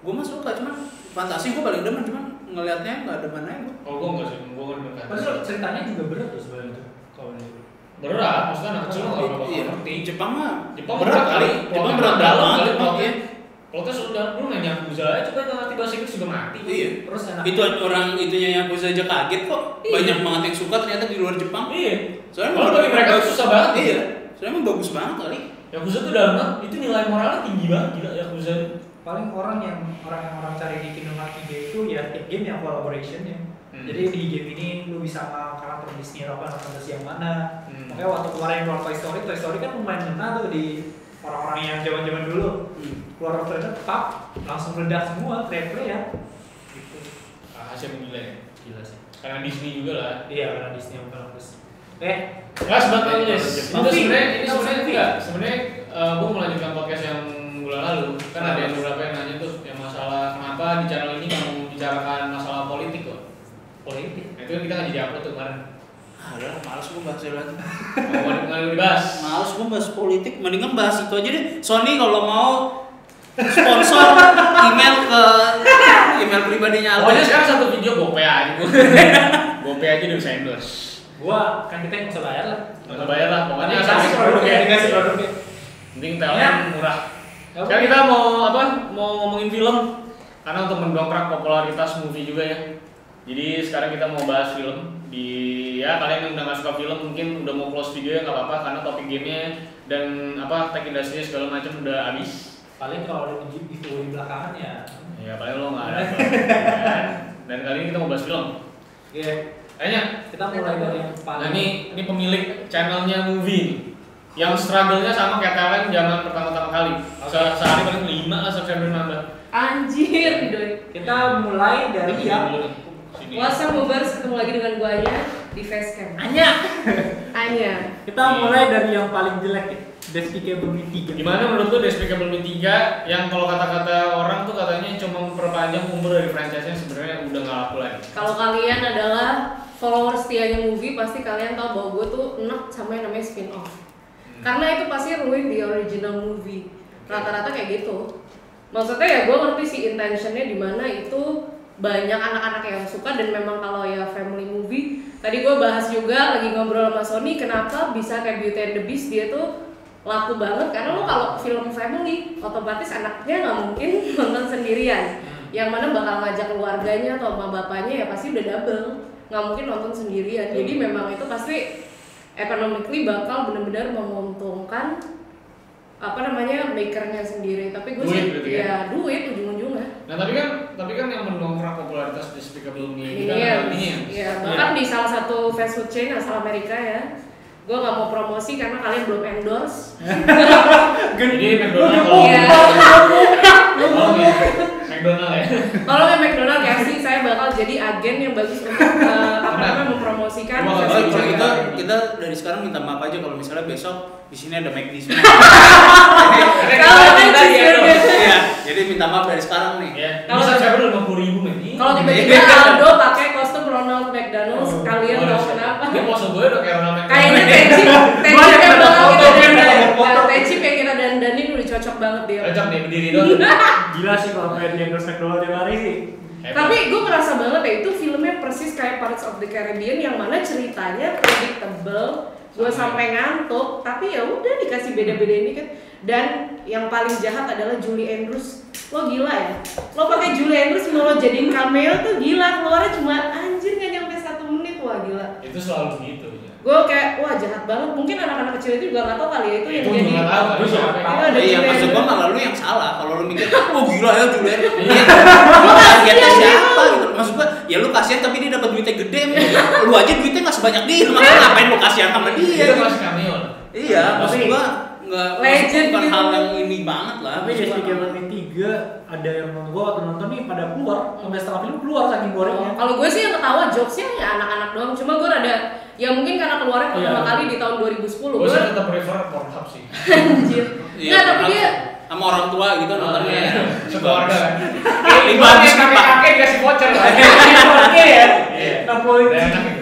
Gue mah suka cuman fantasi gue paling demen cuman ngelihatnya nggak demen aja gue. Kalau gue Oh, nggak sih, gue nggak demen fantasy Padahal ceritanya juga berat loh sebenarnya tuh. Kalau di- Berat, maksudnya anak kecil nggak bakal Iya. ngerti Jepang mah Jepang berat berat kali. kali. Jepang Kalau berat kita dalam banget. iya. kali Jepangnya. Kalau terus udah lu main Yakuza aja, coba nggak ngerti bahasa Inggris juga mati Iya. Terus enak. Itu orang itunya yang aku saja kaget kok. Banyak banget yang suka ternyata di luar Jepang. Iya. Soalnya Kalau menurut bagi gue mereka bagus. susah banget. Iya. Soalnya emang bagus banget kali. Yakuza tuh dalam banget, itu nilai moralnya tinggi banget gila Yakuza. paling orang yang orang yang orang cari di Kingdom Hearts 3 itu ya tiap game yang collaboration ya. Hmm. Jadi di game ini lu bisa sama karakter Disney apa fantasi yang mana. Hmm. Makanya waktu kemarin keluar Toy Story, Toy Story kan lumayan ngena tuh di orang-orang yang zaman-zaman dulu Hmm. keluar trailer pap langsung meledak semua trailer ya. Gitu. Ah, hasil menilai. Gila sih. Karena Disney juga lah. Iya karena Disney yang paling bagus. Eh, Nah, Iya, sebenarnya Yes. yes. Tapi- sebenarnya ini Tapi- sebenarnya enggak. Sebenarnya eh, gua melanjutkan podcast yang bulan lalu kan ada yang beberapa yang nanya tuh yang masalah kenapa di channel ini nggak mau bicarakan masalah politik kok. Politik. Nah, itu kan kita nggak jadi upload tuh kemarin. Ah, udah, males gue bahas itu lagi. Nggak mau- Nggak mau dibahas. Males gue bahas politik, mendingan bahas itu aja deh. Sony kalau mau sponsor email ke email pribadinya Pokoknya Alta. sekarang satu video gope aja gua. Gope aja udah bisa endorse. gua kan kita yang bisa bayar lah. Nggak bayar lah, pokoknya Nanti asal kasih bisa produknya, produk ya. dikasih produknya. Mending telnya murah. Nggak Sekarang kita mau apa? Mau ngomongin film karena untuk mendongkrak popularitas movie juga ya. Jadi sekarang kita mau bahas film di ya kalian yang udah nggak suka film mungkin udah mau close video ya nggak apa-apa karena topik gamenya dan apa tag industry segala macam udah habis. Paling kalau ada di giveaway belakangan ya. Ya paling lo nggak ada. Ya. Dan kali ini kita mau bahas film. Iya. Kayaknya Kita mulai dari yang paling. Nah ini, ini pemilik channelnya movie nih yang struggle-nya sama kayak Thailand zaman pertama-tama kali Se- sehari paling lima lah subscriber nambah Anjir, Doi. Kita mulai dari Ini yang dulu nih, sini. Puasa Movers ketemu lagi dengan gue Anya di Facecam. Hanya Anya. kita mulai dari yang paling jelek ya. Despicable Me 3. Gimana menurut lu Despicable Me 3 yang kalau kata-kata orang tuh katanya cuma memperpanjang umur dari franchise-nya sebenarnya udah nggak laku lagi. Kalau kalian adalah followers setianya movie, pasti kalian tahu bahwa gue tuh enak sama yang namanya spin off. Karena itu pasti ruin the original movie. Rata-rata kayak gitu. Maksudnya ya gue ngerti sih intentionnya di mana itu banyak anak-anak yang suka dan memang kalau ya family movie tadi gue bahas juga lagi ngobrol sama Sony kenapa bisa kayak Beauty and the Beast dia tuh laku banget karena lo kalau film family otomatis anaknya nggak mungkin nonton sendirian yang mana bakal ngajak keluarganya atau sama bapaknya ya pasti udah double nggak mungkin nonton sendirian jadi memang itu pasti economically bakal benar-benar menguntungkan apa namanya makernya sendiri tapi gue Duit sih berarti ya, ya? duit ujung-ujungnya Nah tapi kan tapi kan yang mendongkrak popularitas Despicable Me ini kan Iya, ada Minions. ya bahkan di salah satu fast food chain asal Amerika ya gue nggak mau promosi karena kalian belum endorse Jadi McDonald tolong Iya. tolong ya. McDonald ya. kalau yang McDonald kasih saya bakal jadi agen yang bagus untuk eh, apa namanya mempromosikan Cuma fast Kalau Baik, food kalau chain. kita baik. kita dari sekarang minta maaf aja kalau misalnya besok di sini ada McD semua. Kalau ada cheeseburger. Iya, jadi minta maaf dari sekarang nih. Ya. Kalau- Bisa siapa lima puluh ribu nih? Kalau tiba-tiba Aldo pakai kostum Ronald McDonald, kalian tahu kenapa? Dia pose gue udah kayak Ronald Kayaknya gitu. McDonald. Tecip, Tecip Banyak yang yang bakal foto, kita banyak yang dandanin. foto. Nah, Tecip yang kita dandanin udah cocok banget dia. Cocok nih berdiri doang. Iya. Gila sih kalau kayak di endorse McDonald tiap hari sih. Tapi gue ngerasa banget ya itu filmnya persis kayak Pirates of the Caribbean yang mana ceritanya predictable, gue sampai ngantuk, tapi ya udah dikasih beda-bedain dikit. Dan yang paling jahat adalah Julie Andrews. Lo gila ya? Lo pakai Julie Andrews mau lo jadiin cameo tuh gila, keluarnya cuma anjir nggak nyampe satu menit wah gila. itu selalu gitu ya. gue kayak wah jahat banget mungkin anak-anak kecil itu juga nggak tahu kali ya itu yang Itu jadi juga nggak tahu, Itu siapa yang- ada ya. Iya, Julian. maksud gua malah lu yang salah. Kalau lu mikir, oh gila ya Julian. Iya. Lu Lu kasihan targetnya dia. siapa gitu. Maksud gua, ya lu kasihan tapi dia dapat duitnya gede. emang. Lu aja duitnya nggak sebanyak dia. Makanya ngapain lu kasihan sama dia? Itu masih cameo. lah. Iya, maksud Tapi- gua nggak Legend bukan gitu. hal yang ini banget lah. Tapi Maksud jadi gua- Game Night 3 ada yang nonton gua waktu nonton nih pada keluar sampai setengah film keluar saking Oh, gorengnya. kalau gue sih yang ketawa jokesnya ya anak-anak doang cuma gue rada ya mungkin karena keluarnya pertama Iya. kali di tahun 2010 Gue gue sih tetap prefer Pornhub sih. anjir Iya, nggak tapi orang- dia Oh, iya. sama orang tua gitu nontonnya. Sekeluarga kan. Ini bagus nih, Pak. kakek kasih voucher. kan? Oke ya. Iya. Nah, poin. Dan enak gitu.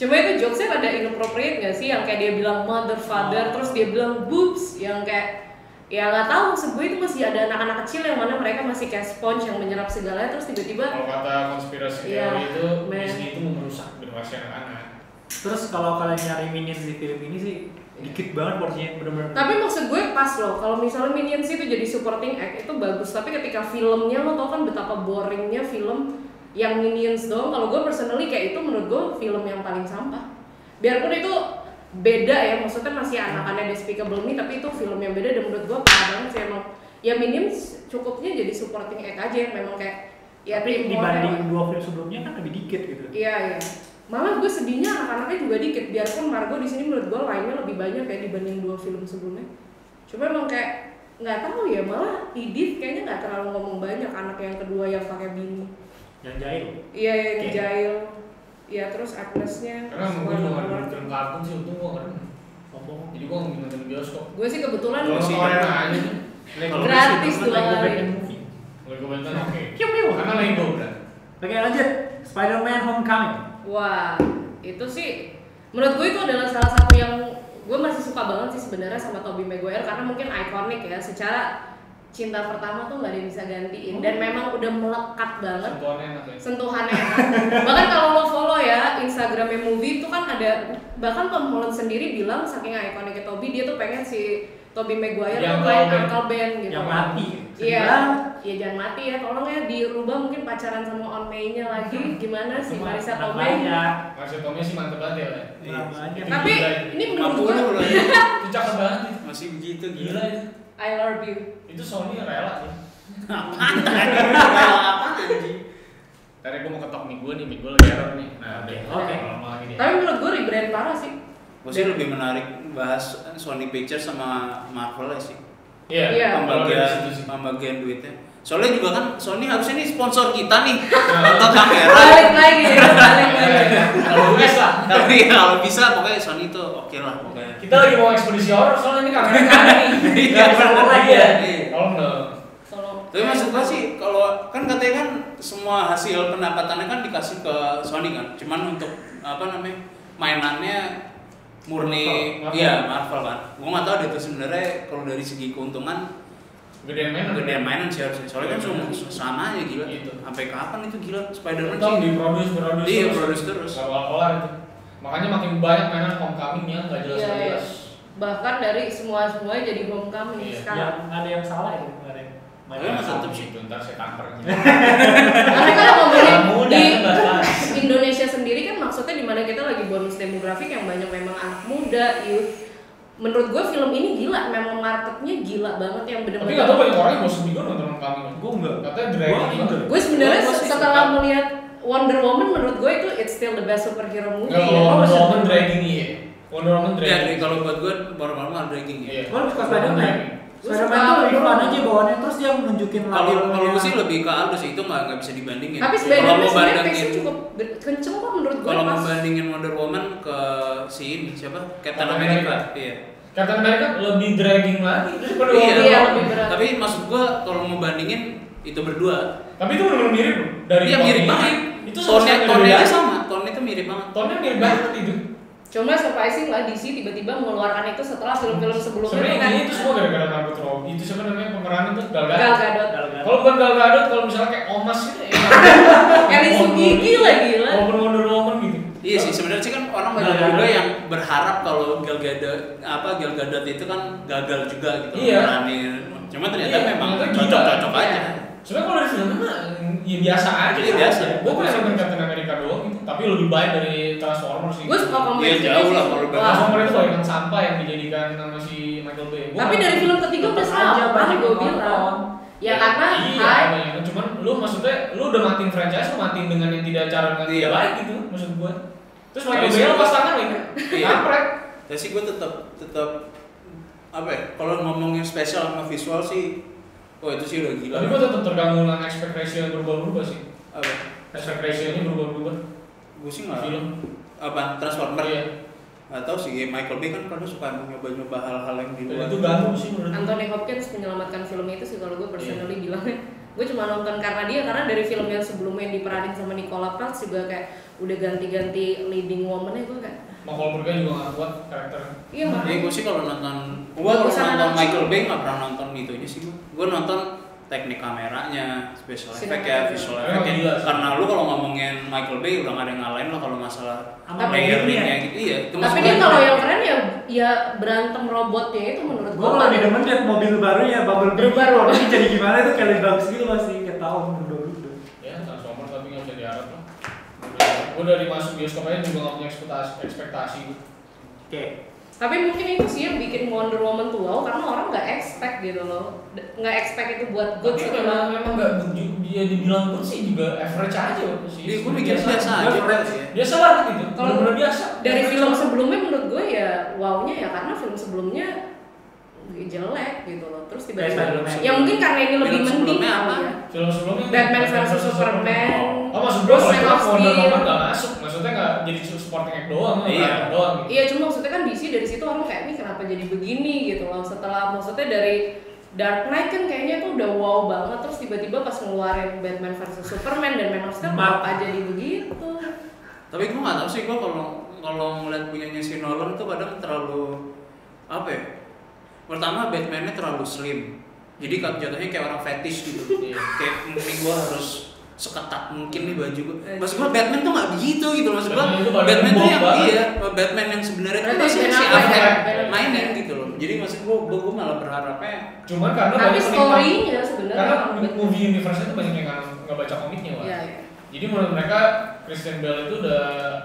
cuma itu jokesnya rada inappropriate nggak sih yang kayak dia bilang mother father terus dia bilang boobs yang kayak ya nggak tahu maksud gue itu masih ada anak-anak kecil yang mana mereka masih kayak sponge yang menyerap segalanya terus tiba-tiba Kalau kata konspirasi Iya, teori itu, men. Disney itu mau merusak generasi anak-anak. Terus kalau kalian nyari minions di film ini sih dikit banget porsinya bener-bener. Tapi maksud gue pas loh, kalau misalnya Minions itu jadi supporting act itu bagus Tapi ketika filmnya lo tau kan betapa boringnya film yang Minions doang Kalau gue personally kayak itu menurut gue film yang paling sampah Biarpun itu beda ya, maksudnya masih anak-anak Despicable Me Tapi itu film yang beda dan menurut gue parah banget sih emang Ya Minions cukupnya jadi supporting act aja yang memang kayak ya tapi tim dibanding orang. dua film sebelumnya kan lebih dikit gitu. Iya iya Malah gue sedihnya anak-anaknya juga dikit Biarpun Margo di sini menurut gue lainnya lebih banyak ya dibanding dua film sebelumnya Cuma emang kayak nggak tahu ya malah Edith kayaknya nggak terlalu ngomong banyak anak yang kedua yang pakai bini Yang jahil. Iya yang Oke. jahil Iya terus Agnesnya Karena emang gue juga nggak nonton film kartun sih, untung gue kan. Ngomong. Jadi gue nggak nonton bioskop. Gue sih kebetulan Kalau sih. korea aja. Lego Gratis dua kali. Lego Batman oke. Piu piu. Karena Lego udah. Oke lanjut. Spider-Man Homecoming. Wah itu sih menurut gue itu adalah salah satu yang gue masih suka banget sih sebenarnya sama Tobey Maguire karena mungkin ikonik ya secara cinta pertama tuh nggak ada yang bisa gantiin dan memang udah melekat banget Sentuhannya enak ya. sentuhannya enak. bahkan kalau lo follow ya Instagramnya movie itu kan ada bahkan Tom Holland sendiri bilang saking ikoniknya Toby dia tuh pengen si Toby Maguire Yang tuh main Uncle Ben. Uncle Ben kan? gitu Yang mati. Sedih iya banget. iya jangan mati ya tolong ya dirubah mungkin pacaran sama On May-nya lagi gimana sih Cuma Marisa Hmm. anak Iya, Tomei Iya. banyak. Masih Tommy sih mantep banget ya. Le. Anak banyak. tapi ini menurut Mampu gue lu lu. Itu cakep banget. ya. Masih begitu Gila gila. ya. I love you Itu Sony rela sih. Apaan tadi? Apaan anjing? Tadi gue mau ketok mic gue nih, mic gue lagi error nih. Nah, oke. Oke. Lama lagi nih. tapi menurut gue rebrand parah sih Gue sih lebih menarik bahas Sony Pictures sama Marvel ya sih. Iya. Iya. kalau dari Pembagian situ sih. pembagian duitnya. Soalnya juga kan Sony harusnya nih sponsor kita nih Nah. untuk kamera. balik lagi balik Iya, lagi iya. Kalau US lah. Tapi ya kalau bisa pokoknya Sony itu oke lah pokoknya. Kita lagi mau ekspedisi horor soalnya ini kamera kami. Iya, bener lagi iya. ya. Tolong dong. tolong Tapi maksud gua sih kalau kan katanya kan semua hasil pendapatannya kan dikasih ke Sony kan. Cuman untuk apa namanya mainannya Marvel, murni Marvel. iya Marvel kan. Gua nggak tahu deh itu sebenarnya kalau dari segi keuntungan Gedean mainan. gedean mainan sih harusnya. Soalnya kan Gedean semua sama aja gila. Gitu. Sampai kapan itu gila Spider-Man Tom sih? di produce produce. Iya, produce terus. Kalau kelar itu. Makanya makin banyak mainan homecoming yang nggak jelas Iya, iya. jelas. bahkan dari semua semuanya jadi homecoming Iya. sekarang Yang ada yang salah itu nggak ada yang Tapi main. Iya, masa- tetep sih. Gitu, Iya, ntar saya tamper. Karena kan kalau ngomongin Mudah, di Iya, ntar bahas. Indonesia sendiri kan maksudnya dimana kita lagi bonus demografik yang banyak memang anak muda, youth. Menurut gue film ini gila, memang marketnya gila banget yang Tapi nggak tahu bener-bener. banyak orang yang bosan juga nonton kami. Gue enggak. Katanya Gua dragging banget. enggak. Gue sebenarnya Gua- gua sih setelah suka. melihat Wonder Woman menurut gue itu it's still the best superhero movie. Nggak, ya. Wonder Woman dragging iya. Wonder Woman Ya, dragging. kalau buat gue baru-baru ada dragging ya. Iya. Gue lebih Wonder suka Woman Spider-Man. dragging. Spider-Man tuh lebih fun aja bawaannya terus dia nunjukin Kalau kalau labelnya. gue sih lebih ke Aldo sih itu nggak nggak bisa dibandingin. Tapi Kalau Spider-Man mau sebenarnya pace-nya bandingin cukup ber- kenceng kok menurut gue kalau mau pas. bandingin Wonder Woman ke si ini siapa? Captain Captain America. Iya. Captain America lebih dragging lagi daripada Iya. Wonder Iya, Woman. lebih berat. Tapi maksud gue kalau mau bandingin itu berdua. Tapi itu benar-benar mirip dari Iya Tony. mirip banget. Itu Iya. Tone sama-sama tone mirip aja banget. sama. Tone itu mirip banget. Tone-nya mirip banget itu. Cuma surprising lah DC tiba-tiba mengeluarkan itu setelah film-film sebelumnya Sebenarnya tuh kan. ini gitu itu semua gara-gara Margot Robbie. Itu siapa namanya pemeran itu Gal Gal Gadot. Gadot. Kalau bukan Gal Gadot, kalau misalnya kayak Omas itu ya. Eli Sugigi lagi lah. Walaupun Wonder Woman gitu. Iya sih sebenarnya sih kan orang banyak Iya. Gagal. juga yang berharap kalau Gal Gadot apa Gal Gadot itu kan gagal juga gitu Iya. meranin. Cuma ternyata Iya, memang ternyata gila. Iya. cocok-cocok aja. Sebenarnya kalau dari film mah ya biasa aja. Iya, biasa. Gue pengen nonton Captain America doang gitu, tapi lebih baik dari Transformers gitu. Gue suka Iya, komedi. jauh lah kalau Wah. Transformers itu yang sampah yang dijadikan sama si Michael Bay. Gua Tapi nggak- dari film ketiga udah Tetep aja sama banyak gue yang bilang. nonton. Ya karena iya, hype. iya. cuman lu maksudnya lu udah matiin franchise lu matiin dengan yang tidak cara yang Iya. tidak baik gitu maksud gua. Terus Iya, Michael Bay sih. lepas tangan lagi. Iya. Kampret. Ya sih gue tetap tetap apa ya? Kalau ngomongin spesial sama visual sih, oh itu sih udah gila. Tapi gua tetap terganggu dengan aspect ratio yang berubah-ubah sih. Apa? Aspect ratio nya berubah-ubah Gue sih di nggak. film. Apa Transformer? Iya. Nggak tahu sih. Michael Bay kan kadang suka nyoba-nyoba hal-hal yang di Dan luar. itu ganggu sih menurut gua. Anthony Hopkins menyelamatkan film itu sih kalau gue personally bilangnya gue cuma nonton karena dia karena dari film yang sebelumnya yang diperanin sama Nicola Peltz juga kayak udah ganti-ganti leading woman-nya gue kayak Mark Wahlberg juga nggak kuat karakternya. iya Ya makanya gue sih kalau nonton, gue kalau Bagusan nonton anak Michael kecil. Bay nggak pernah nonton gitu aja sih gue. Gue nonton teknik kameranya, special effect ya, Cinematography. visual Emang effect gila sih. Karena lu kalau ngomongin Michael Bay udah nggak ada yang ngalahin lo kalau masalah Sama layering-nya layering-nya. gitu iya. itu ya? tapi maksud dia gua- kalau yang keren ya ya berantem robotnya itu menurut Gue gue lebih demen liat mobil baru ya Bumblebee Mobil baru. Kalau ini jadi gimana itu kayak lebih bagus gitu pasti Kayak tau udah udah Ya Transformer tapi nggak bisa diharap lah. Udah- Gua dari masuk bioskop aja juga nggak punya ekspektasi ekspektasi. gua. Oke tapi mungkin itu sih yang bikin Wonder Woman tuh wow karena orang nggak expect gitu loh D- nggak expect itu buat good Tapi sih memang memang nggak dia dibilang pun sih juga average aja waktu sih. Iya, gua mikir biasa aja. ya. Biasa lah gitu. Kalau- Bener-bener biasa. dari Average film banget. sebelumnya menurut gue ya wownya ya karena film sebelumnya jelek gitu loh terus tiba-tiba Spider-Man. ya mungkin karena ini lebih Film mending sebelumnya kali apa? ya. Film sebelumnya Batman versus Superman Oh maksud gue kalau Man kita of Wonder Steel. Woman nggak masuk, maksudnya nggak jadi supporting act doang, Iya. nggak doang. gitu. Iya cuma maksudnya kan DC dari situ orang kayak ini kenapa jadi begini gitu loh setelah maksudnya dari Dark Knight kan kayaknya tuh udah wow banget terus tiba-tiba pas ngeluarin Batman versus Superman dan Man of Steel Ma- kenapa jadi begitu Tapi gue nggak tahu sih gue kalau kalau ngeliat punyanya si Nolan tuh kadang terlalu apa ya? Pertama Batman-nya terlalu slim. Jadi kan jatuhnya kayak orang fetish gitu. Iya. kayak mungkin gue harus seketat mungkin nih baju gue. Maksud gue Batman tuh nggak begitu gitu maksud gue. Eh, iya. Batman itu badan Batman tuh bom yang banget. iya, Batman yang sebenarnya tuh Berarti masih Ben si Affleck Affleck ya, Ben Affleck. mainin gitu loh. Jadi maksud gue gue, gue malah berharapnya Cuman karena tapi banyak penikmat- story-nya sebenarnya karena orang Batman. movie universe itu banyak yang nggak- nggak baca komiknya lah. Iya, iya. Jadi menurut mereka Christian Bale itu udah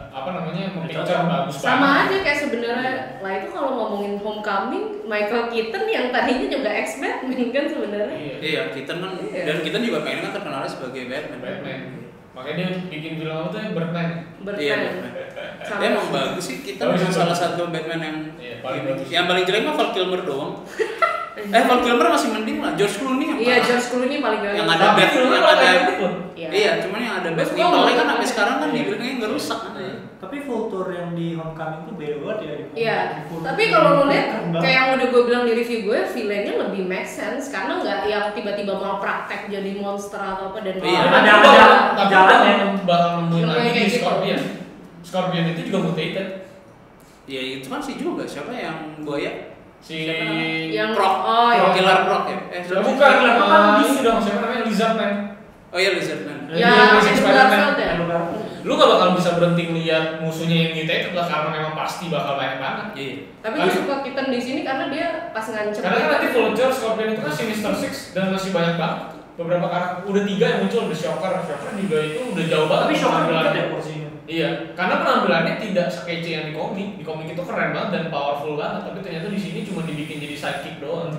apa namanya mempicture cocok. bagus sama banget. aja kayak sebenarnya lah itu kalau ngomongin Homecoming Michael Keaton yang tadinya juga ex Batman kan sebenarnya Iya. iya kita kan Iya. dan kita juga pengen kan terkenalnya sebagai Batman. Batman. Makanya dia bikin film apa tuh ya, Birdman. berperan Iya Batman. Dia emang bagus sih kita Bagus memang itu. salah satu Batman yang Iya, paling ini. bagus. yang paling jelek mah Val Kilmer doang. Eh Val Kilmer masih mending lah. George Clooney yang Iya, parah. George Clooney paling bagus. Yang ada Tapi Bat- filmnya yang malah ada- kayak gitu loh. Iya. Iya, cuman yang ada Terus Batman. gua Kalau kan ngomong- sampai sekarang kan Iya. dibilangnya nggak rusak kan ya. Tapi full tour yang di Homecoming tuh beda banget ya di- Iya, di full- tapi kalau lo di- lihat keren banget. kayak yang udah gue bilang di review gue, villainnya lebih make sense karena nggak yang tiba-tiba mau praktek jadi monster atau apa dan Iya, Tapi ada- gua- ada tapi jalan gua ya. bakal nemuin Filmnya lagi kayak di gitu. Scorpion. Scorpion itu juga mutated. Ya itu kan sih juga siapa yang buaya? Si Siapa namanya? yang Croc. oh Croc. iya. Killer Croc ya? Eh, Ya, siapa? bukan, Lizard lah, Man. ah, ini dong, siapa namanya Lizard Man. Oh iya Lizardman. Ya, Iya, Andrew Spider-Man. Garfield ya. Andrew Garfield. Lu gak bakal bisa berhenti ngeliat musuhnya yang mutated lah karena memang pasti bakal banyak banget. Iya. iya. Tapi gue Lalu- suka Kitten di sini karena dia pas ngancem. Karena kan gitu. nanti Vulture, Scorpion itu kan Sinister Six dan masih banyak banget. Beberapa karakter udah tiga yang muncul udah Shocker, Shocker juga itu udah jauh banget. Tapi shocker penampilan. dikit ya porsinya Iya, karena penampilannya tidak sekece yang di komik. Di komik itu keren banget dan powerful banget, tapi ternyata di sini cuma dibikin jadi sidekick doang.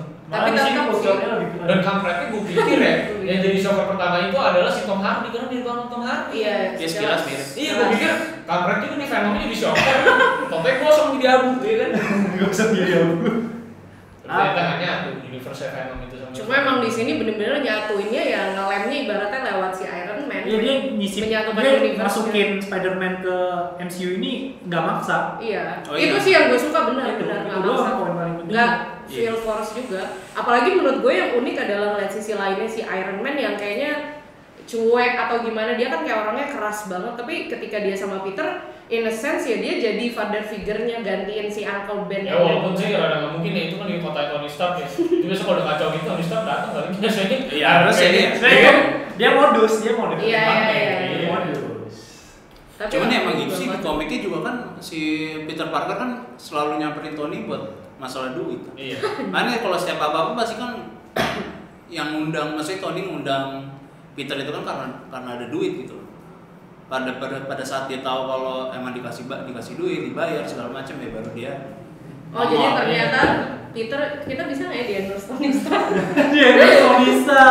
Malah Tapi di sini tetap sih. posturnya lebih keren. Dan kampretnya gue pikir ya, yang jadi shocker pertama itu adalah si Tom Hardy karena dia bukan Tom Hardy. Iya, Dia sekilas mirip. Iya, gue pikir kampret juga nih Venomnya jadi shocker. Topnya kosong di abu, ya kan? Ah. Gak usah jadi aku. Ternyata hanya aku universe Venom itu sama. Cuma emang di sini bener-bener nyatuinnya ya ngelemnya ibaratnya lewat si Iron Man. Iya dia nyisip, Menyatukan dia universe-nya. masukin Spider-Man ke MCU ini nggak maksa. Iya. Oh, itu iya. sih yang gue suka benar Itu, benar itu nggak doang maksa. poin paling penting. Nggak Iya. feel force juga. Apalagi menurut gue yang unik adalah ngeliat sisi lainnya si Iron Man yang kayaknya cuek atau gimana dia kan kayak orangnya keras banget tapi ketika dia sama Peter in a sense ya dia jadi father figure-nya gantiin si Uncle Ben. Ya gitu. walaupun sih rada nggak mungkin ya itu kan di kota Tony Stark ya. Tapi biasa kalau udah kacau gitu Tony Stark datang kali biasanya. Iya, harusnya dia. Iya. Dia modus, dia modus. Iya, iya, iya, Dia iya. modus. Tapi Cuman emang gitu juga sih di banget. komiknya juga kan si Peter Parker kan selalu nyamperin Tony buat masalah duit. Iya. Makanya kalau setiap apa-apa pasti kan yang ngundang maksudnya Tony ngundang Peter itu kan karena karena ada duit gitu. Pada pada pada saat dia tahu kalau emang dikasih ba- dikasih duit, dibayar segala macam ya baru dia. Oh jadi Ngomong. ternyata Peter kita bisa nggak ya di endorse Tony Stark? Dia modus bisa.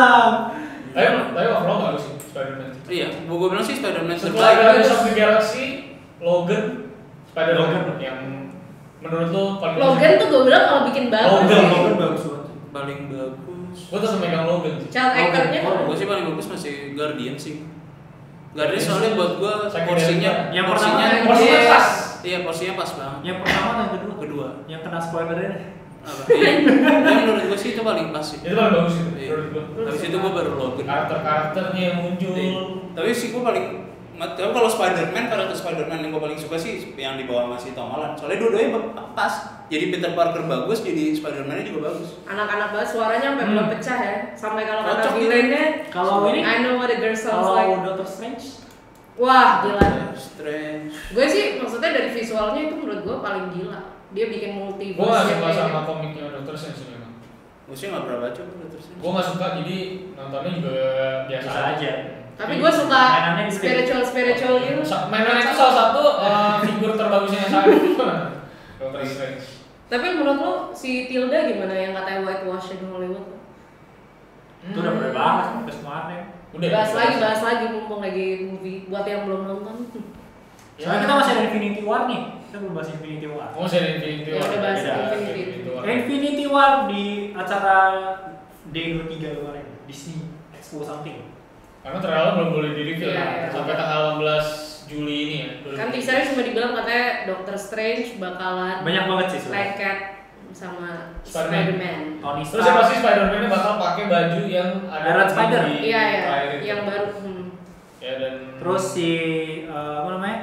Tapi tapi overall bagus sih Spider-Man. Iya, gua gua bilang sih Spider-Man Setelah Guardians terbaik. of the Galaxy, Logan, Spider-Man Logan. yang menurut lo paling Logan tuh gue bilang kalau bikin bagus Logan, sih. Logan. bagus banget. Paling bagus. Gue tetap megang Logan sih. Child actor-nya Logan. Gua sih paling bagus masih Guardian sih. Guardian soalnya buat gua Second porsinya Guardian. Yang porsinya pertama Iya. Porsinya pas. iya porsinya pas banget. Yang pertama dan yang kedua. Kedua. Yang kena spoilernya. Apa? Iya. Ya, menurut gua sih itu paling pas sih. Itu paling bagus itu Iya. menurut gue. Habis itu Iya. gua baru login. Nah, Karakter-karakternya yang muncul. Tapi sih gua paling tapi kalau Spider-Man, karakter Spider-Man yang gua paling suka sih yang dibawa masih Tom Holland. Soalnya dua-duanya be- pas. Jadi Peter Parker bagus, jadi Spider-Man-nya juga bagus. Anak-anak banget suaranya sampai Hmm. belum pecah ya. Sampai kalau kata Kocok gitu. villainnya Kalau ini I know what a girl sounds like. kalau Doctor Strange Wah, gila. Strange. Gue sih maksudnya dari visualnya itu menurut gue paling gila. Dia bikin multiverse. Gue gak yang suka kayak sama gitu. komiknya Doctor Strange sih memang. Gua sih nggak pernah baca Doctor Strange. Gue gak suka jadi nontonnya juga biasa Biasa aja. Tapi gue suka Mainannya di spiritual spiritual gitu. Sa- Mainan itu salah satu eh, figur terbagusnya saya. Doctor Strange. Tapi menurut lo si Tilda gimana yang katanya whitewashing Hollywood? Itu Hmm. udah bener banget, terus kemarin. Udah. bahas lagi, bahas lagi mumpung lagi movie buat yang belum nonton. Soalnya kita masih ada Infinity War nih. Kita belum bahas Infinity War. Oh, saya Infinity Ya, War. udah bahas Iya, Infinity. Eh. Infinity War. Infinity War di acara D23 kemarin, Disney Expo something. Karena terlalu belum boleh di review Iya, iya. sampai tanggal 18 Juli ini ya. Kan teasernya cuma dibilang katanya Doctor Strange bakalan Banyak banget sih sebenarnya. lengket Spider-Man. sama Oh, Spider-Man. Tony Terus yang pasti Stark. Spider-Man bakal pakai baju yang ada Iron di- Spider. di- Iya ya, air itu. yang baru. Hmm. Ya dan Terus si eh, apa namanya?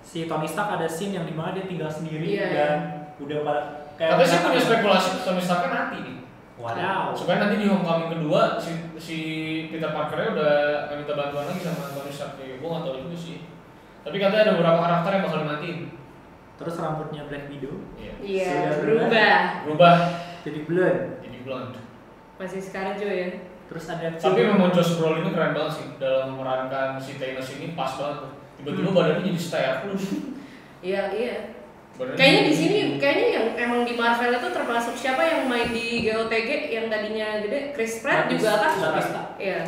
Si Tony Stark ada scene yang dimana dia tinggal sendiri Iya, dan udah pada kayak tapi sih punya spekulasi Tony Stark kan mati nih. Wadaw. Supaya nanti di Homecoming kedua si si Peter Parker udah nggak minta bantuan lagi sama Tony Stark. Ya, gue nggak tahu itu sih. Tapi katanya ada beberapa karakter yang bakal dimatiin. Terus rambutnya Black Widow Iya. Iya, Sudah berubah. Berubah jadi blonde. jadi blonde. Masih sekarang juga ya. Terus ada Tapi memang Josh Brolin itu keren banget sih dalam memerankan si Thanos ini pas banget. tuh. Tiba-tiba Hmm. badannya jadi setayar. Iya, iya. Badannya Kayaknya di jadi- sini kayaknya yang emang di Marvel itu termasuk siapa yang main di GOTG yang tadinya gede Chris Pratt Tony juga kan? Stark. Iya.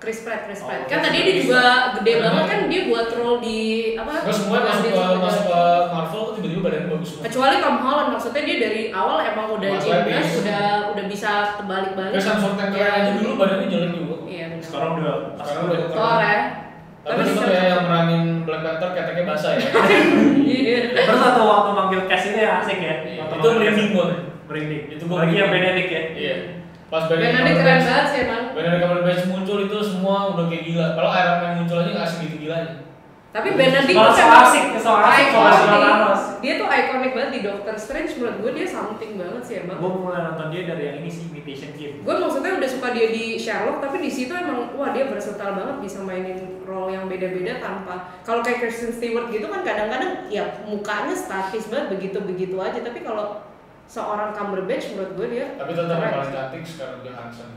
Chris Pratt, Chris Oh, iya. Pratt. kan tadi dia juga gede banget kan dia buat role di apa? Terus semua Mas masuk di ke Superman. masuk ke Marvel tuh tiba-tiba badannya bagus banget. Kecuali Tom Holland maksudnya dia dari awal emang udah Mas genius, Levis. udah udah bisa terbalik-balik. Terus Samsung Tank Iya. aja dulu badannya jalan juga. Iya benar. sekarang udah Sekarang udah Thor ya. Tapi juga sekarang- kayak yang meranin Black Panther keteknya basah ya. Iya. Terus waktu waktu manggil cash itu ya asik ya. Iya, Waktu Itu manggil merinding cast. gue. Merinding. Itu Itu gua bagi yang merinding. Benedict ya. Iya. Pas Dan Benedict nanti keren Cumberbatch banget sih emang. Benedict Cumberbatch muncul itu semua udah kayak gila. Kalau Iron Man muncul aja nggak segitu gilanya. Tapi Benedict Soal tuh emang asik, soal asik, soal ikonik. soal Thanos. Dia tuh ikonik banget di Doctor Strange menurut gue dia something banget sih emang. Gue mulai nonton dia dari yang ini sih Imitation Game. Gue maksudnya udah suka dia di Sherlock tapi di situ emang wah dia versatile banget bisa mainin role yang beda-beda tanpa kalau kayak Kristen Stewart gitu kan kadang-kadang ya mukanya statis banget begitu-begitu aja tapi kalau seorang Cumberbatch menurut gue dia Tapi tetap yang keren. paling cantik sekarang Johansson.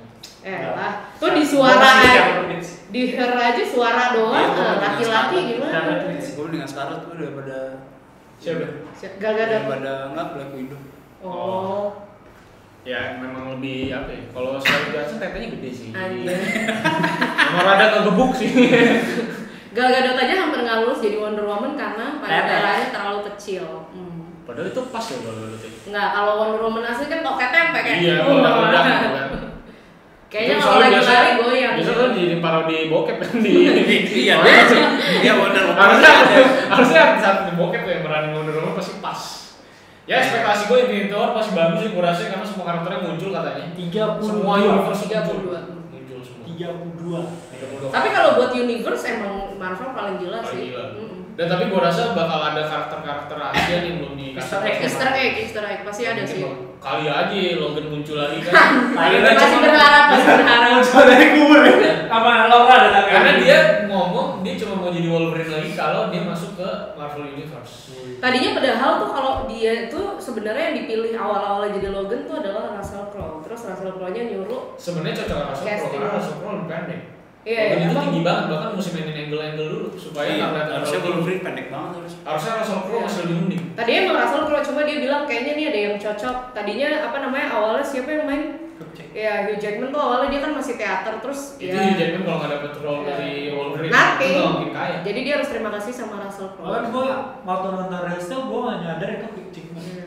eh lah tuh di suara di her aja suara Iya, doang gue eh, mau laki-laki bilang gimana Iya. gue dengan Scarlett gue daripada Siapa? gagal ada daripada nggak Black Widow oh Ya memang lebih apa ya? Kalau Scarlett Johansson tetenya gede sih. anjir Nomor ada kegebuk sih. Gal Gadot aja hampir nggak lulus jadi Wonder Woman karena pada Lebar. daerahnya terlalu kecil. Hmm. Padahal itu pas loh kalau itu. Nggak, Nah, kalau Wonder Woman asli kan toketnya sampai kayak Iya, "Oh, kalau nggak udah mau." kan. Kayaknya Itu kalau soalnya lagi biasa- lari goyang. Biasa tuh jadi parodi bokep kan di iya dia dia Wonder Woman Iya. harusnya harusnya saat di bokep yang berani mundur rumah pasti pas. Ya ekspektasi gue Infinity War pasti bagus sih gue rasa karena semua karakternya muncul katanya. tiga Semua universe muncul. 32. Muncul semua. tiga puluh dua 32. Tapi kalau buat universe emang Marvel paling gila Paling sih. Oh, gila. Mm-mm. Dan tapi gue rasa bakal ada karakter-karakter Asia yang belum di Easter egg. Easter egg, Easter egg pasti ada sih. Kali aja Logan muncul lagi kan. Lain aja Masih cuma- berharap, masih berharap. dari kubur ya. sama Laura datang Karena dia ngomong dia cuma mau jadi Wolverine lagi kalau dia masuk ke Marvel Universe. Tadinya padahal tuh kalau dia itu sebenarnya yang dipilih awal-awal jadi Logan tuh adalah Russell Crowe. Terus Russell Crowe-nya nyuruh Sebenarnya cocok sama Russell Crowe Casting. karena Russell Crowe lebih pendek. Iya, Logan iya, itu emang. tinggi banget bahkan mesti mainin angle-angle dulu supaya Iya, nggak kelihatan harusnya terlalu tinggi. Wolverine pendek banget harus Harusnya Russell Crowe Iya. masih lebih mending. Tadinya emang Russell Crowe, cuma dia bilang kayaknya nih ada yang cocok. Tadinya apa namanya awalnya siapa yang main? Ya Hugh Jackman tuh awalnya dia kan masih teater terus Itu Hugh ya. Jackman kalau nggak dapet role Iya. dari Wolverine Nothing. nggak mungkin kaya. Jadi dia harus terima kasih sama Russell Crowe. Bahkan gue Kan waktu nonton Reelsnya gue gak nyadar itu kucing Iya.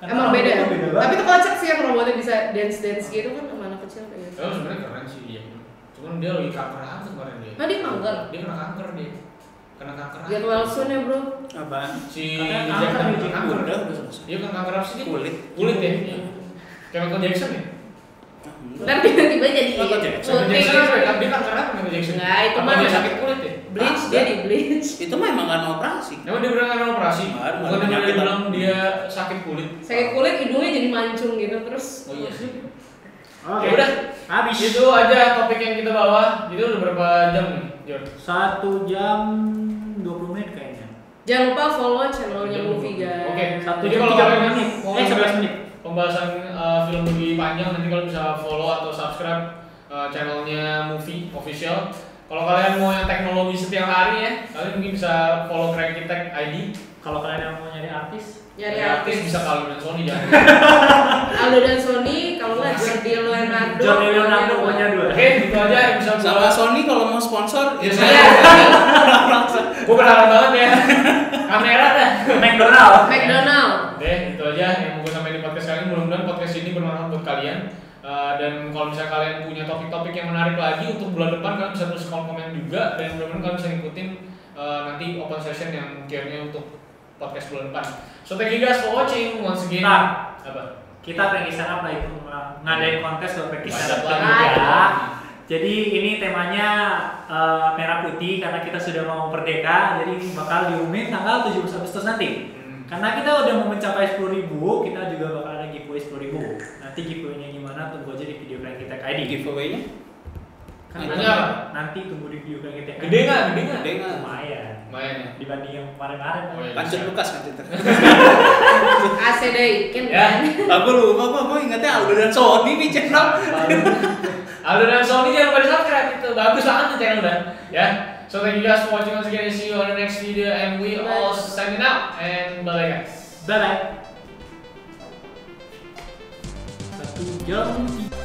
Kan Emang rambutnya beda. ya? beda banget. Tapi itu kocak sih yang robotnya bisa dance dance gitu kan sama anak kecil kayak gitu. Ya sebenarnya keren sih dia. Cuman dia lagi kanker kanker kemarin dia. Nah, dia kanker? Dia kena kanker dia. Kena kanker. Get well soon ya bro. apaan Si Katanya kanker Jackman gitu. kena kanker. udah udah selesai Dia kena kanker apa sih? dia? Kulit. Iya. Kulit ya. Chemical Jackson ya? Ah, enggak. Ntar tiba-tiba jadi Apa Jackson? Chemical putih. Jackson apa ya? Dia kanker apa Chemical Jackson? Nggak, Nah, itu Apa mah- dia sakit kulit ya? Bleach dia di bleach. itu mah emang karena operasi Emang Ya, dia beneran karena operasi? Nggak, Bukan dia penyakit. bilang dia sakit kulit? Sakit kulit hidungnya jadi mancung gitu terus. Oh iya sih. Oke. Ya udah, Gitu. Habis. itu aja topik yang kita bawa. Itu udah berapa jam nih, Jor? Satu jam 20 menit kayaknya. Jangan lupa follow channelnya movie guys. Oke, Satu jadi jam kalau 30 kalian menit. mau Eh, 11 menit. Pembahasan uh, film lebih panjang nanti kalian bisa follow atau subscribe uh, channelnya Movie Official. Kalau kalian mau yang teknologi setiap hari ya, kalian mungkin bisa follow Cranky Tech ID. Kalau kalian yang mau nyari artis, Nyari Dari artis. bisa kalau dan Sony ya. jangan. Aldo dan Sony kalau nggak Jordi Leonardo. Jordi Leonardo pokoknya dua. Oke, gitu aja yang bisa gua- sama Sony kalau mau sponsor Ya, Iya, ya saya- saya Gua berharap banget ya. Kamera dah. McDonald. McDonald. Deh, itu aja yang mau gue sampaikan di podcast kali ini. Mudah-mudahan podcast ini bermanfaat buat kalian. Uh, dan kalau misalnya kalian punya topik-topik yang menarik lagi untuk bulan depan kalian bisa tulis kolom komen juga dan mudah-mudahan kalian bisa ngikutin uh, nanti open session yang kira-kira untuk podcast bulan depan. So thank you guys for watching once again. Nah. Apa? Kita pengen stand up lah itu uh, ngadain kontes buat pengen stand up Banyak banget. juga. Jadi ini temanya uh, merah putih karena kita sudah mau merdeka, jadi ini bakal diumumin tanggal 17 Agustus nanti. Hmm. Karena kita udah mau mencapai 10.000, kita juga bakal ada giveaway 10.000. Nanti giveaway-nya gimana tunggu aja di video kalian kita ID. giveaway-nya Kan Nanti nanti, apa? nanti tunggu di video kalian kita ID. Gede nggak? Gede nggak? gede nggak Lumayan. Lumayan ya. Dibanding yang kemarin-kemarin. Oh, iya. Lanjut Lukas nanti ter. ACD Ikin Ya. kan. Aku lupa gua gua ingatnya Aldo dan Sony nih channel. Aldo dan Sony jangan lupa di subscribe itu bagus banget tuh channel dan ya. So thank you guys for watching us again. See you on the next video and we all signing out and bye guys. Bye-bye. Satu jam tiga.